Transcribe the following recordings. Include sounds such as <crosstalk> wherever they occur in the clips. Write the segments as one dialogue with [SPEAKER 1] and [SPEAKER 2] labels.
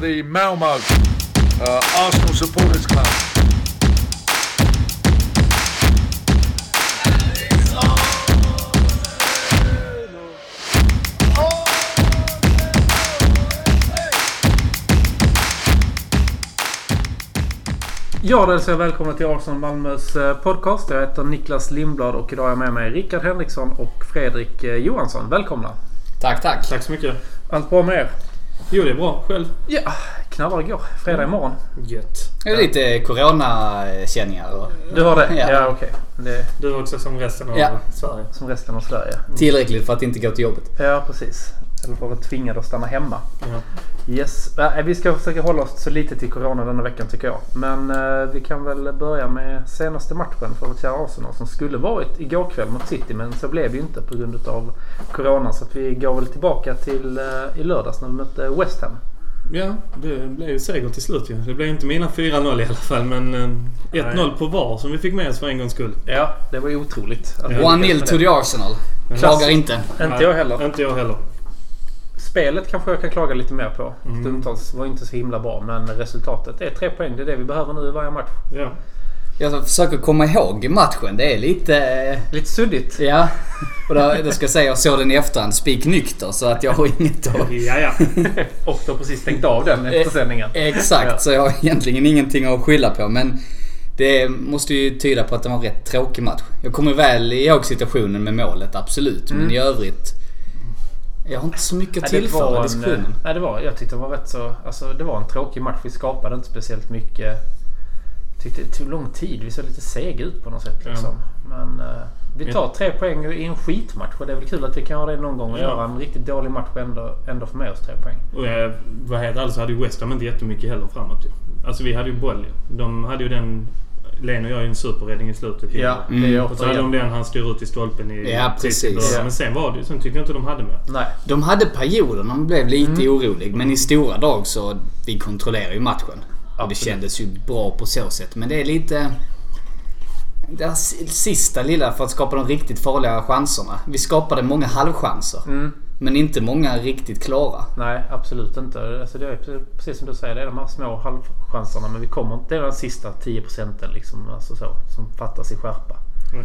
[SPEAKER 1] the Malmo uh, Arsenal Supporters Club.
[SPEAKER 2] Ja, då hälsar jag välkomna till Arsenal Malmös eh, podcast. Jag heter Niklas Lindblad och idag är jag med mig Rickard Henriksson och Fredrik eh, Johansson. Välkomna!
[SPEAKER 3] Tack, tack.
[SPEAKER 4] Tack så mycket.
[SPEAKER 2] Allt bra med er?
[SPEAKER 4] Jo, det är bra. Själv?
[SPEAKER 2] Ja, knallar igår. Fredag imorgon.
[SPEAKER 4] Gött.
[SPEAKER 3] Det är lite coronakänningar och
[SPEAKER 2] Du har det?
[SPEAKER 3] Ja.
[SPEAKER 2] Ja, okej. Det är
[SPEAKER 4] Du också som resten av
[SPEAKER 3] Ja.
[SPEAKER 4] Sverige.
[SPEAKER 2] som resten av Sverige.
[SPEAKER 3] tillräckligt för att inte gå till jobbet.
[SPEAKER 2] Ja, precis. Eller för att vara tvingad att stanna hemma.
[SPEAKER 4] Ja.
[SPEAKER 2] Yes. Eh, Vi ska försöka hålla oss så lite till corona denna veckan tycker jag. Men eh, vi kan väl börja med senaste matchen för vårt kära Arsenal som skulle varit igår kväll mot City men så blev det ju inte på grund av corona. Så att vi går väl tillbaka till eh, i lördags när vi mötte West Ham.
[SPEAKER 4] ja, det blev ju seger till slut ju. Det blev inte mina 4-0 i alla fall, men eh, 1-0 på VAR som vi fick med oss för en gångs skull.
[SPEAKER 2] Ja, det var ju otroligt. att vi lyckades med
[SPEAKER 3] 1-0
[SPEAKER 2] det.
[SPEAKER 3] to the Arsenal. Klagar inte.
[SPEAKER 2] Inte jag heller.
[SPEAKER 4] Inte jag heller.
[SPEAKER 2] Spelet kanske jag kan klaga lite mer på. Stundtals var inte så himla bra men resultatet är tre poäng. Det är det vi behöver nu i varje match.
[SPEAKER 4] Ja.
[SPEAKER 3] Jag försöker komma ihåg matchen. Det är lite... eh,
[SPEAKER 2] Lite suddigt.
[SPEAKER 3] Ja. Och då, då ska jag säga jag såg den i efterhand spiknykter så att jag har inget att...
[SPEAKER 4] Ja, ja.
[SPEAKER 2] <laughs> Och du har precis stängt av den efter sändningen.
[SPEAKER 3] Exakt,
[SPEAKER 2] Ja.
[SPEAKER 3] så jag har egentligen ingenting att skylla på men det måste ju tyda på att det var en rätt tråkig match. Jag kommer väl ihåg situationen med målet, absolut. Men i övrigt... Jag har inte så mycket att
[SPEAKER 2] Nej, Mm. det var
[SPEAKER 3] tillföra
[SPEAKER 2] en- eh,
[SPEAKER 3] diskussionen.
[SPEAKER 2] Nej, det var, jag tyckte det var rätt så... Alltså, det var en tråkig match. Vi skapade inte speciellt mycket. Tyckte det tog lång tid. Vi såg lite sega ut på något sätt.
[SPEAKER 4] Ja.
[SPEAKER 2] Liksom. Men eh, vi tar tre poäng i en skitmatch. Och det är väl kul att vi kan ha det någon gång och
[SPEAKER 4] Ja.
[SPEAKER 2] göra en riktigt dålig match och ändå, ändå få med oss tre poäng.
[SPEAKER 4] Och eh, jag var helt ärlig så Alltså, hade ju West Ham inte jättemycket heller framåt ju. Alltså vi hade ju boll ju. De hade ju den... Leno gör ju en superräddning i slutet. ju.
[SPEAKER 2] det är
[SPEAKER 4] Och så hade de
[SPEAKER 2] återigen.
[SPEAKER 4] den han styr ut i stolpen i...
[SPEAKER 3] Ja, precis.
[SPEAKER 4] i början.
[SPEAKER 2] Ja.
[SPEAKER 4] Men sen var det ju... Sen tyckte jag inte de hade mer.
[SPEAKER 2] Nej,
[SPEAKER 3] De hade perioder när man blev lite
[SPEAKER 4] Mm.
[SPEAKER 3] orolig men i stora drag så vi kontrollerade ju matchen. Och det
[SPEAKER 2] Absolut.
[SPEAKER 3] kändes ju bra på så sätt men det är lite... Det här si- sista lilla för att skapa de riktigt farliga chanserna. Vi skapade många halvchanser.
[SPEAKER 4] Mm.
[SPEAKER 3] Men inte många riktigt klara.
[SPEAKER 2] nej, absolut inte. Alltså, det är ju precis som du säger, det är de här små halvchanserna. Men vi kommer inte... Det är den sista 10 procenten liksom, alltså så, som fattas i skärpa.
[SPEAKER 4] Mm.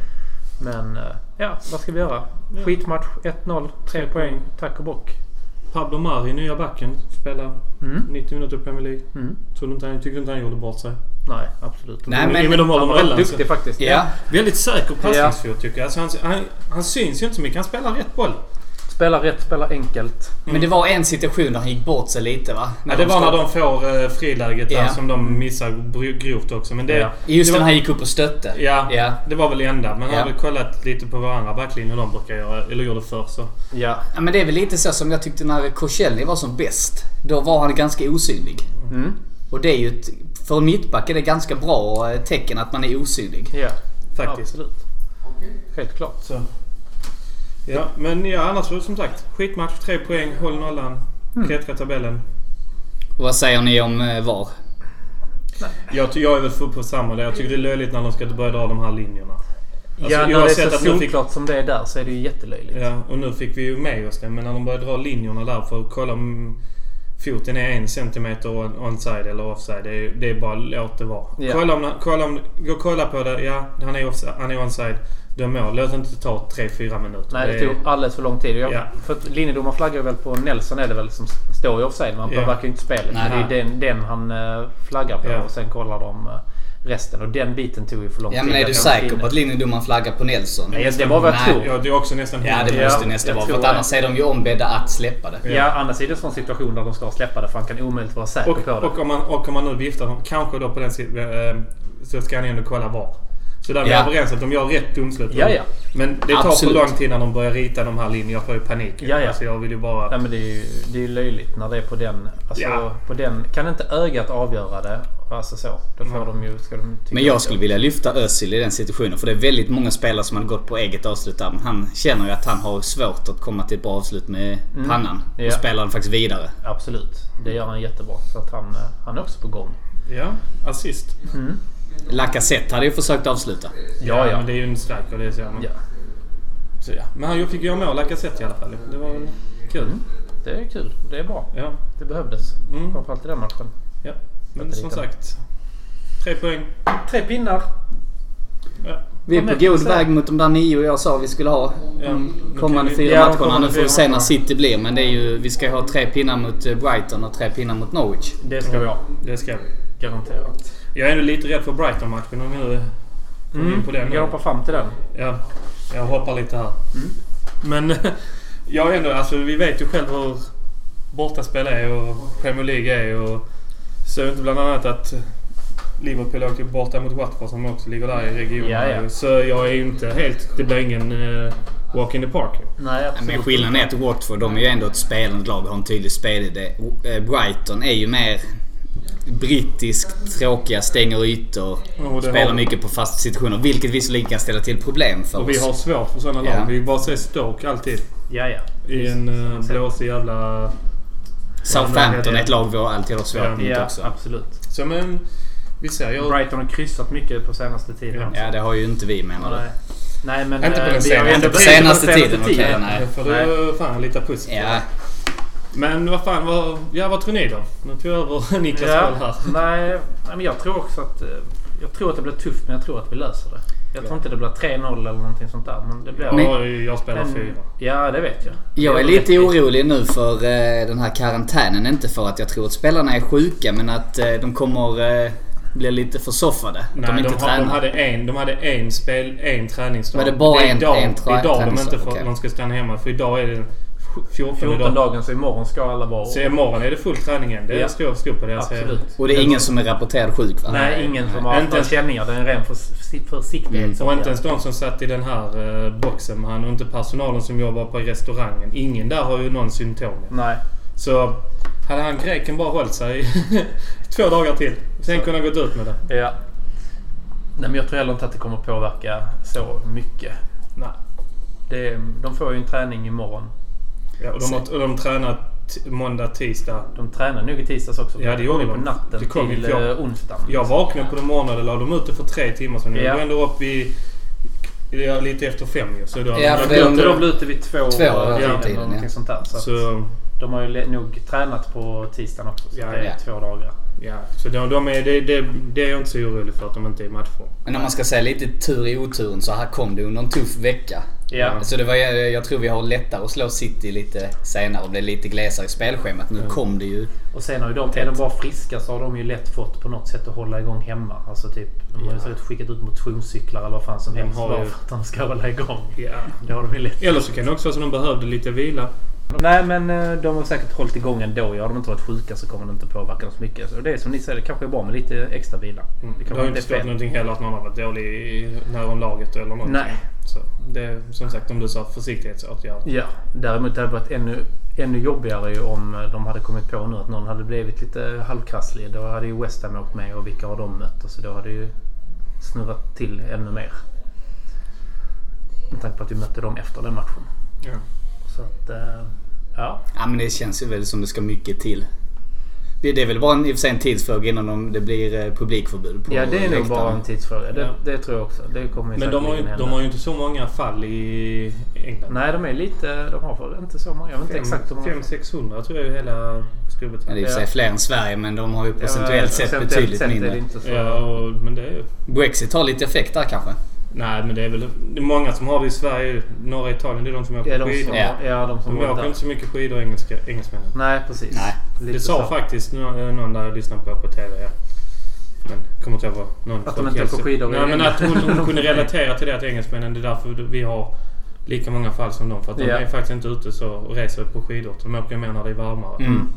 [SPEAKER 2] Men eh, ja, vad ska vi göra? Skitmatch, 1-0, 3 poäng, tack och bock.
[SPEAKER 4] Pablo Mari, nya backen, spelar 90 minuter i Premier League.
[SPEAKER 2] Mm.
[SPEAKER 4] Trodde inte han, tyckte inte han gjorde bort sig.
[SPEAKER 2] Nej, absolut.
[SPEAKER 3] Nej,
[SPEAKER 4] Men,
[SPEAKER 3] men-
[SPEAKER 4] Mm, men
[SPEAKER 2] Han
[SPEAKER 4] de håller
[SPEAKER 2] var rätt
[SPEAKER 4] nollan. så-
[SPEAKER 2] duktig faktiskt.
[SPEAKER 3] Ja.
[SPEAKER 4] Väldigt säker passningsfot tycker jag. Alltså, han, han, han syns ju inte så mycket. Han spelar rätt boll.
[SPEAKER 2] Spelar rätt, spelar enkelt.
[SPEAKER 3] Men det var en situation där han gick bort sig lite va?
[SPEAKER 4] Mm. Ja, det var när de får eh, friläget
[SPEAKER 3] Ja.
[SPEAKER 4] där som de missar br- grovt också. Men det,
[SPEAKER 2] Ja.
[SPEAKER 3] Just
[SPEAKER 4] det
[SPEAKER 3] när
[SPEAKER 4] var,
[SPEAKER 3] han gick upp och stötte.
[SPEAKER 4] ja,
[SPEAKER 3] ja.
[SPEAKER 4] det var väl det enda. Men
[SPEAKER 3] Ja.
[SPEAKER 4] har vi kollat lite på vad andra backlinjer de brukar göra, eller gjorde förr så.
[SPEAKER 2] Ja.
[SPEAKER 3] Ja, men det är väl lite så som jag tyckte när Koscielny var som bäst. Då var han ganska osynlig.
[SPEAKER 2] Mm.
[SPEAKER 3] Och det är ju ett, för en mittback är det ganska bra eh, tecken att man är osynlig.
[SPEAKER 2] Ja.
[SPEAKER 4] Faktiskt.
[SPEAKER 2] Absolut. Helt klart.
[SPEAKER 4] Så. Ja, men ja, annars var det som sagt skitmatch. Tre poäng, håll nollan,
[SPEAKER 3] Mm.
[SPEAKER 4] klättra tabellen.
[SPEAKER 3] Och vad säger ni om eh, VAR?
[SPEAKER 4] Jag, ty- jag är väl för på samma där. Jag tycker det är löjligt när de ska börja dra de här linjerna. Alltså,
[SPEAKER 2] ja, när det är
[SPEAKER 4] oavsett
[SPEAKER 2] så
[SPEAKER 4] att nu fick-
[SPEAKER 2] solklart som det är där så är det ju jättelöjligt.
[SPEAKER 4] Ja, och nu fick vi ju med oss det. Men när de började dra linjerna där för att kolla om foten är en centimeter on- onside eller offside. Det är, det är bara låt det vara.
[SPEAKER 2] Ja.
[SPEAKER 4] Kolla om, kolla om, gå och kolla på det. Ja, han är, offside, han är onside. Döm mål. Låt det inte ta 3-4 minuter.
[SPEAKER 2] Nej, det
[SPEAKER 4] är-
[SPEAKER 2] tog alldeles för lång tid. Jag,
[SPEAKER 4] Ja.
[SPEAKER 2] För att linjedomaren flaggar väl på Nelson är det väl som s- står i offside. Man
[SPEAKER 4] Ja.
[SPEAKER 2] påverkar ju inte spelet.
[SPEAKER 3] Nej.
[SPEAKER 2] Men det är den, den han eh, flaggar på
[SPEAKER 4] Ja.
[SPEAKER 2] och sen kollar de eh, resten. Och den biten tog ju för lång
[SPEAKER 3] Ja
[SPEAKER 2] tid.
[SPEAKER 3] men är
[SPEAKER 2] Jag
[SPEAKER 3] du
[SPEAKER 2] kan
[SPEAKER 3] säker
[SPEAKER 2] inte-
[SPEAKER 3] på att linjedomaren flaggar på Nelson?
[SPEAKER 2] Nej, det var vad jag
[SPEAKER 3] Nej.
[SPEAKER 2] tror.
[SPEAKER 4] Ja, det är också nästan
[SPEAKER 3] Ja det
[SPEAKER 2] Ja,
[SPEAKER 3] måste
[SPEAKER 2] jag
[SPEAKER 3] nästan vara. För
[SPEAKER 2] tror
[SPEAKER 3] att
[SPEAKER 2] det.
[SPEAKER 3] annars är de ju ombedda att släppa det.
[SPEAKER 4] Ja.
[SPEAKER 2] Ja, annars är det en sån situation där de ska släppa det för han kan omöjligt vara säker
[SPEAKER 4] och,
[SPEAKER 2] på det.
[SPEAKER 4] och, om man, och om man nu viftar honom, kanske då på den sidan, eh, så ska han ändå kolla var. Så där är vi
[SPEAKER 3] Ja.
[SPEAKER 4] överens att de gör rätt domslut.
[SPEAKER 2] Ja, ja.
[SPEAKER 4] Men det tar
[SPEAKER 3] Absolut.
[SPEAKER 4] för lång tid när de börjar rita de här linjerna. Jag får ju panik.
[SPEAKER 2] Ja, ja.
[SPEAKER 4] Alltså, jag vill ju bara...
[SPEAKER 2] Nej, men det, är ju, det är ju löjligt när det är på den. Alltså,
[SPEAKER 4] Ja.
[SPEAKER 2] på den. Kan inte ögat avgöra det? Alltså så. Då
[SPEAKER 4] Mm.
[SPEAKER 2] får de ju... Ska de tycka
[SPEAKER 3] Men jag skulle vilja lyfta Özil i den situationen. För det är väldigt många spelare som hade gått på eget avslut där. Men han känner ju att han har svårt att komma till ett bra avslut med pannan.
[SPEAKER 2] Mm. Ja.
[SPEAKER 3] Och spelar den faktiskt vidare.
[SPEAKER 2] Absolut. Det gör han jättebra. Så att han, eh, han är också på gång.
[SPEAKER 4] Ja, assist.
[SPEAKER 3] Lacazette hade ju försökt avsluta.
[SPEAKER 2] Ja, ja.
[SPEAKER 4] Men det är ju en striker det ser man.
[SPEAKER 2] Ja. Mm.
[SPEAKER 4] Så, ja. Men han fick göra mål, Lacazette i alla fall. Det var väl kul.
[SPEAKER 2] Det är kul. Det är bra.
[SPEAKER 4] Ja.
[SPEAKER 2] Det behövdes.
[SPEAKER 4] Mm.
[SPEAKER 2] Framförallt i den matchen.
[SPEAKER 4] ja. Men
[SPEAKER 2] Sätter
[SPEAKER 4] som
[SPEAKER 2] dit den.
[SPEAKER 4] sagt. Tre poäng.
[SPEAKER 2] Tre pinnar.
[SPEAKER 4] Ja.
[SPEAKER 3] Vi är
[SPEAKER 2] Ja, men
[SPEAKER 3] på god
[SPEAKER 2] precis.
[SPEAKER 3] väg mot de där nio jag sa vi skulle ha.
[SPEAKER 4] Ja,
[SPEAKER 3] de
[SPEAKER 4] nu kan
[SPEAKER 3] kommande
[SPEAKER 4] vi-
[SPEAKER 3] fyra
[SPEAKER 2] Ja, de
[SPEAKER 3] matcherna.
[SPEAKER 2] kommande
[SPEAKER 3] Nu får vi
[SPEAKER 2] fyra
[SPEAKER 3] se när
[SPEAKER 2] matcherna.
[SPEAKER 3] City blir. Men det är ju, vi ska ha tre pinnar mot eh, Brighton och tre pinnar mot Norwich.
[SPEAKER 2] Det ska vi ha.
[SPEAKER 4] Det ska vi.
[SPEAKER 2] Garanterat.
[SPEAKER 4] Jag är ändå lite rädd för Brighton-matchen om vi nu kommer in på den.
[SPEAKER 2] Mm, Jag hoppar Mm. fram till den.
[SPEAKER 4] Ja, jag hoppar lite här. Men <laughs> jag är ändå, alltså vi vet ju själv hur bortaspel är och Premier League är och så är det inte bland annat att Liverpool åkte borta mot Watford som också ligger där i regionen.
[SPEAKER 2] Ja, ja.
[SPEAKER 4] Så jag är ju inte helt... Det blir ingen eh, walk in the park.
[SPEAKER 2] Nej, absolut.
[SPEAKER 3] Men skillnaden är att Watford, de är ju ändå ett spelande lag och har en tydlig spelidé. Eh, Brighton är ju mer brittiskt tråkiga, stänger ytor,
[SPEAKER 4] Och det
[SPEAKER 3] spelar
[SPEAKER 4] har-
[SPEAKER 3] mycket på fasta situationer. Vilket visserligen kan ställa till problem för
[SPEAKER 4] Och vi
[SPEAKER 3] oss.
[SPEAKER 4] har svårt för sådana
[SPEAKER 3] Ja.
[SPEAKER 4] lag. Vi bara ser Stoke alltid
[SPEAKER 2] Ja, ja.
[SPEAKER 4] i en eh, blåsig jävla...
[SPEAKER 3] Southampton är ett lag vi har alltid har svårt
[SPEAKER 4] Ja.
[SPEAKER 3] mot
[SPEAKER 2] Ja,
[SPEAKER 3] också.
[SPEAKER 2] absolut.
[SPEAKER 4] Så men, vi ser. Jag,
[SPEAKER 2] Brighton har kryssat mycket på senaste tiden.
[SPEAKER 4] Ja.
[SPEAKER 2] också.
[SPEAKER 3] Ja, det har ju inte vi menar du.
[SPEAKER 2] Nej. nej, men...
[SPEAKER 4] Inte på
[SPEAKER 2] eh, vi
[SPEAKER 4] den senaste-
[SPEAKER 2] har ju ändå
[SPEAKER 4] inte på
[SPEAKER 2] börjat
[SPEAKER 3] senaste tiden, okej, nej.
[SPEAKER 4] Då får du fan lite pussel.
[SPEAKER 3] Ja,
[SPEAKER 4] Men vad fan, vad, ja, vad tror ni då? Nu tog jag över <laughs> Niklas roll här.
[SPEAKER 2] Ja, nej, nej, men jag tror också att... eh, Jag tror att det blir tufft, men jag tror att vi löser det. Jag tror inte det blir 3-0 eller någonting sånt där. Men det blir...
[SPEAKER 4] Ja, jag- jag spelar
[SPEAKER 2] en-
[SPEAKER 4] fyra.
[SPEAKER 2] Ja, det vet jag.
[SPEAKER 3] Jag är
[SPEAKER 2] Det
[SPEAKER 3] lite
[SPEAKER 2] rättvist.
[SPEAKER 3] orolig nu för eh, den här karantänen. Inte för att jag tror att spelarna är sjuka, men att eh, de kommer eh, bli lite försoffade.
[SPEAKER 4] Nej,
[SPEAKER 3] de
[SPEAKER 4] de,
[SPEAKER 3] inte
[SPEAKER 4] har, de
[SPEAKER 3] tränar.
[SPEAKER 4] hade en, de hade en, spel, en träningsdag.
[SPEAKER 3] Var det bara
[SPEAKER 4] är
[SPEAKER 3] en-
[SPEAKER 4] idag,
[SPEAKER 3] en
[SPEAKER 4] Det är
[SPEAKER 3] tra-
[SPEAKER 4] idag de
[SPEAKER 3] träningsdag?
[SPEAKER 4] inte får,
[SPEAKER 3] Okej.
[SPEAKER 4] de ska stanna hemma. För idag är det 14,
[SPEAKER 2] 14
[SPEAKER 4] dag.
[SPEAKER 2] dagen, så imorgon ska alla vara...
[SPEAKER 4] Så imorgon är det full träning igen. Det är alltså-
[SPEAKER 2] Ja.
[SPEAKER 4] stor stor på deras
[SPEAKER 2] Absolut.
[SPEAKER 3] Och det är ingen som är rapporterad sjuk va?
[SPEAKER 2] Nej, ingen som har
[SPEAKER 4] Inte
[SPEAKER 2] haft några
[SPEAKER 4] ens- Mm,
[SPEAKER 2] känningar. Det är en ren förs- försiktighet.
[SPEAKER 4] Och inte ens de som satt i den här eh, boxen med han och inte personalen som jobbar på restaurangen. Ingen där har ju någon symptom.
[SPEAKER 2] Nej.
[SPEAKER 4] Så hade han greken bara hållit sig i <laughs> två dagar till. Sen
[SPEAKER 2] Så.
[SPEAKER 4] kunde han gått ut med det.
[SPEAKER 2] Ja. Nej, men jag tror heller inte att det kommer påverka så mycket.
[SPEAKER 4] Nej.
[SPEAKER 2] Det, är- de får ju en träning imorgon.
[SPEAKER 4] Ja, och de, har, och de tränar t- måndag, tisdag.
[SPEAKER 2] De tränar nog i tisdags också.
[SPEAKER 4] Ja, det gjorde
[SPEAKER 2] kom ju
[SPEAKER 4] de.
[SPEAKER 2] på natten
[SPEAKER 4] Det kom ju
[SPEAKER 2] till
[SPEAKER 4] klart.
[SPEAKER 2] jag... onsdagen.
[SPEAKER 4] Jag vaknade på den morgonen och la dem ute för tre timmar sedan. Jag
[SPEAKER 2] Ja.
[SPEAKER 4] går ändå upp vid... ja, Lite efter fem ju. Så då,
[SPEAKER 3] Ja, för
[SPEAKER 2] Jag
[SPEAKER 3] det
[SPEAKER 2] tror
[SPEAKER 3] är
[SPEAKER 2] inte
[SPEAKER 3] under-
[SPEAKER 2] de blir ute vid två,
[SPEAKER 3] Två, ja,
[SPEAKER 2] tiden
[SPEAKER 3] tiden,
[SPEAKER 2] eller någonting
[SPEAKER 3] ja.
[SPEAKER 2] sånt där. Så, att
[SPEAKER 4] så,
[SPEAKER 2] de har ju le- nog tränat på tisdagen också. Så
[SPEAKER 4] Ja,
[SPEAKER 2] det är
[SPEAKER 3] ja.
[SPEAKER 2] två dagar.
[SPEAKER 4] ja. så de, de är, det, det, det är jag inte så orolig för att de inte är i matchform.
[SPEAKER 3] Men om man ska säga lite tur i oturen så här kom det under en tuff vecka.
[SPEAKER 2] Ja.
[SPEAKER 3] Så det var, eh, jag jag tror vi har lättare att slå City lite senare och bli lite glesare i spelschemat. Nu
[SPEAKER 2] Mm.
[SPEAKER 3] kom det ju.
[SPEAKER 2] Och sen har ju de, är de bara friska så har de ju lätt fått på något sätt att hålla igång hemma. Alltså typ, de har ju
[SPEAKER 4] Ja.
[SPEAKER 2] säkert skickat ut motionscyklar eller vad fan som helst
[SPEAKER 4] har
[SPEAKER 2] bara
[SPEAKER 4] ju-
[SPEAKER 2] för att de ska hålla igång.
[SPEAKER 4] Ja.
[SPEAKER 2] Det har de ju lätt.
[SPEAKER 4] Eller så kan det också vara så att de behövde lite vila.
[SPEAKER 2] Nej men eh, de har säkert hållit igång ändå. Ja, har de inte varit sjuka så kommer det inte påverka dem så mycket. Så det är som ni säger, det kanske är bra med lite extra vila. Mm. Det
[SPEAKER 4] Det
[SPEAKER 2] kanske
[SPEAKER 4] har
[SPEAKER 2] inte
[SPEAKER 4] ju inte
[SPEAKER 2] är
[SPEAKER 4] stått
[SPEAKER 2] fel.
[SPEAKER 4] någonting heller att någon har varit dålig i näromlaget eller någonting.
[SPEAKER 2] Nej.
[SPEAKER 4] Så det är som sagt om du sa försiktighetsåtgärd.
[SPEAKER 2] Ja, däremot hade det varit ännu, ännu jobbigare ju om eh, de hade kommit på nu att någon hade blivit lite halvkrasslig. Då hade ju West Ham åkt med och vilka har de mött? Och så då hade ju snurrat till ännu mer. Med tanke på att vi mötte dem efter den matchen.
[SPEAKER 4] Ja.
[SPEAKER 2] Så att, eh, ja.
[SPEAKER 3] Ja men det känns ju väl som det ska mycket till. Det det är väl bara en, i och för sig en tidsfråga innan de, det blir eh, publikförbud på
[SPEAKER 2] Ja, det är nog
[SPEAKER 3] läktaren.
[SPEAKER 2] bara en tidsfråga. Det,
[SPEAKER 4] Ja.
[SPEAKER 2] det tror jag också. Det kommer ju
[SPEAKER 4] Men de har, ju,
[SPEAKER 2] säkerligen
[SPEAKER 4] de
[SPEAKER 2] hända.
[SPEAKER 4] har ju inte så många fall i England.
[SPEAKER 2] Nej, de är lite... De har väl inte så många. Jag vet inte exakt hur många.
[SPEAKER 4] 500-600 tror jag är hela skrubbet.
[SPEAKER 3] Ja, det är i och för sig
[SPEAKER 2] Ja.
[SPEAKER 3] fler än Sverige men de har ju
[SPEAKER 2] Ja,
[SPEAKER 3] procentuellt sett
[SPEAKER 2] procentuellt
[SPEAKER 3] betydligt
[SPEAKER 2] sett är det
[SPEAKER 3] mindre.
[SPEAKER 2] inte så-
[SPEAKER 4] Ja, och, men det är ju...
[SPEAKER 3] Brexit har lite effekt där kanske.
[SPEAKER 4] Nej, men det är väl det är många som har det i Sverige. Norra Italien, det är de som åker
[SPEAKER 2] Ja, de
[SPEAKER 4] skidor.
[SPEAKER 2] som,
[SPEAKER 3] Ja.
[SPEAKER 2] ja. Mm, de som
[SPEAKER 4] De
[SPEAKER 2] varit
[SPEAKER 4] åker
[SPEAKER 2] där.
[SPEAKER 4] inte så mycket skidor, engelska, engelsmännen.
[SPEAKER 2] Nej, precis.
[SPEAKER 3] Nej.
[SPEAKER 2] Lite
[SPEAKER 4] Det sa
[SPEAKER 2] så.
[SPEAKER 4] faktiskt nå- någon där jag lyssnade på på TV. Ja. Men kommer inte ihåg vad. Någon
[SPEAKER 2] Att de inte åker skidor i
[SPEAKER 4] Nej, men
[SPEAKER 2] England.
[SPEAKER 4] att hon, hon kunde relatera till det att engelsmännen, det är därför vi har lika många fall som dem. För att de
[SPEAKER 2] Ja.
[SPEAKER 4] är faktiskt inte ute så och reser på skidor. De åker mer när det är varmare.
[SPEAKER 3] Mm.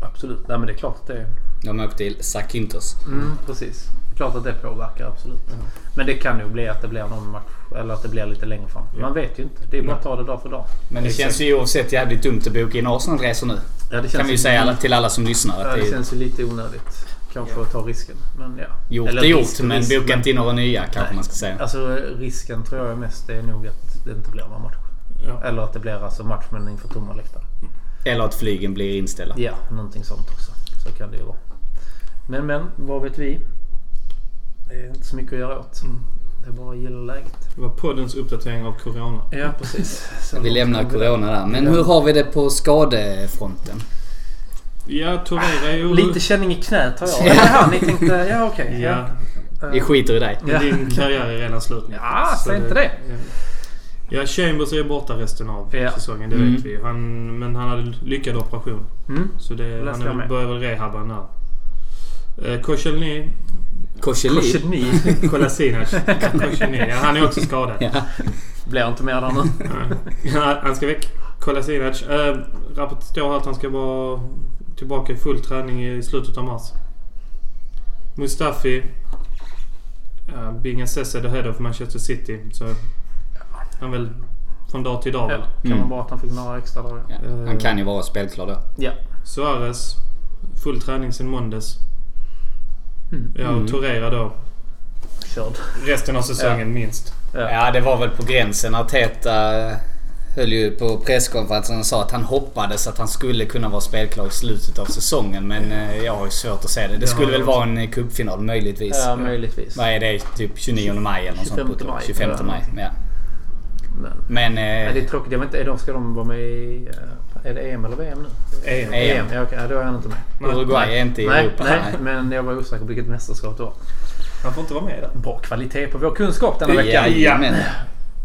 [SPEAKER 2] Absolut. Nej, men det är klart att det...
[SPEAKER 3] De åkte till Zakynthos.
[SPEAKER 2] Mm, precis. Det är klart att det påverkar, absolut. Men det kan ju bli att det blir någon match. Eller att det blir lite längre fram. Man vet ju inte. Det är bara att ta det dag för dag.
[SPEAKER 3] Men det
[SPEAKER 4] Exakt.
[SPEAKER 3] känns ju oavsett jävligt dumt att boka in Arsenalresor nu.
[SPEAKER 2] Ja, det
[SPEAKER 3] kan vi ju
[SPEAKER 2] ju-
[SPEAKER 3] säga alla, till alla som lyssnar.
[SPEAKER 2] Ja,
[SPEAKER 3] Att
[SPEAKER 2] det
[SPEAKER 3] det är
[SPEAKER 2] känns ju lite onödigt. Kanske att ta risken. Men ja.
[SPEAKER 3] gjort
[SPEAKER 2] Eller
[SPEAKER 3] är gjort
[SPEAKER 2] risk-
[SPEAKER 3] men
[SPEAKER 2] risk-
[SPEAKER 3] boka inte in några nya kanske man ska säga.
[SPEAKER 2] Alltså risken tror jag är mest är nog att det inte blir någon match.
[SPEAKER 4] Ja.
[SPEAKER 2] Eller att det blir alltså match men inför tomma läktare.
[SPEAKER 3] Eller att flygen blir inställda.
[SPEAKER 2] Ja, någonting sånt också. Så kan det ju vara. Men men, vad vet vi? Det är inte så mycket att göra åt. Det är bara att gilla läget.
[SPEAKER 4] Det var poddens uppdatering av Corona.
[SPEAKER 2] Ja, precis. Så
[SPEAKER 3] <laughs> Vi lämnar corona där. Men hur har vi det på skadefronten?
[SPEAKER 4] Ja, Torreira är ju...
[SPEAKER 2] Ah, Lite känning i knät har
[SPEAKER 3] <laughs>
[SPEAKER 2] jag. Jaha, ni tänkte... Ja, okej.
[SPEAKER 4] Ja,
[SPEAKER 2] Eh,
[SPEAKER 3] Vi skiter i dig.
[SPEAKER 4] men din karriär är redan slut nu.
[SPEAKER 2] Ja,
[SPEAKER 4] Så
[SPEAKER 2] Ah, säg inte det.
[SPEAKER 4] ja. Ja, Chambers är borta resten av
[SPEAKER 2] Ja.
[SPEAKER 4] säsongen. Det
[SPEAKER 3] Mm.
[SPEAKER 4] vet vi. Han, men han hade lyckad operation.
[SPEAKER 2] Mm.
[SPEAKER 4] Så det,
[SPEAKER 2] Läste jag
[SPEAKER 4] han är, väl-
[SPEAKER 2] med.
[SPEAKER 4] börjar väl rehabba nu.
[SPEAKER 2] <laughs>
[SPEAKER 4] Eh, Koscielny...
[SPEAKER 3] Kosheli.
[SPEAKER 2] Koshedny.
[SPEAKER 3] <laughs>
[SPEAKER 4] Kolasinac. Koscielny. Ja, han är också skadad.
[SPEAKER 3] Ja.
[SPEAKER 2] Blir inte mer där nu.
[SPEAKER 4] Ja, han ska väck. Kolasinac. Eh, rapport står här att han ska vara tillbaka i full träning i slutet av mars. Mustafi. Uh, being assessed ahead of Manchester City. Så han väl från dag till dag.
[SPEAKER 2] Ja,
[SPEAKER 4] väl.
[SPEAKER 2] kan
[SPEAKER 3] Mm.
[SPEAKER 2] man bara att han fick några extra dagar.
[SPEAKER 3] Ja. Han kan ju vara spelklar då.
[SPEAKER 2] Ja.
[SPEAKER 4] Suarez. Full träning sedan måndags.
[SPEAKER 2] Mm.
[SPEAKER 4] Ja, och Torreira då.
[SPEAKER 2] Körd.
[SPEAKER 4] Resten av säsongen minst.
[SPEAKER 3] Ja, det var väl på gränsen. Arteta eh, höll ju på presskonferensen och sa att han hoppades att han skulle kunna vara spelklar i slutet av säsongen. Men eh, jag har ju svårt att se det. Det skulle
[SPEAKER 4] har
[SPEAKER 3] väl
[SPEAKER 4] jag
[SPEAKER 3] vara en eh, cupfinal möjligtvis.
[SPEAKER 2] Ja, möjligtvis.
[SPEAKER 3] Vad är det? Typ 29 maj eller något sånt?
[SPEAKER 2] 25
[SPEAKER 3] på
[SPEAKER 2] maj.
[SPEAKER 3] 25
[SPEAKER 2] Ja.
[SPEAKER 3] maj. Ja.
[SPEAKER 2] Men,
[SPEAKER 3] Men...
[SPEAKER 2] nej, det
[SPEAKER 3] Eh,
[SPEAKER 2] är tråkigt. Jag vet inte, är de- ska de vara med i... eh, Är det EM eller VM nu? E
[SPEAKER 4] EM.
[SPEAKER 3] EM.
[SPEAKER 2] Ja, okej. Ja, då är han inte med.
[SPEAKER 3] Uruguay E är inte i
[SPEAKER 2] Nej,
[SPEAKER 3] Europa.
[SPEAKER 2] nej, men jag var osäker på vilket mästerskap det var.
[SPEAKER 4] Han får inte vara med där.
[SPEAKER 2] Bra kvalitet på vår kunskap denna veckan.
[SPEAKER 3] Jajamän.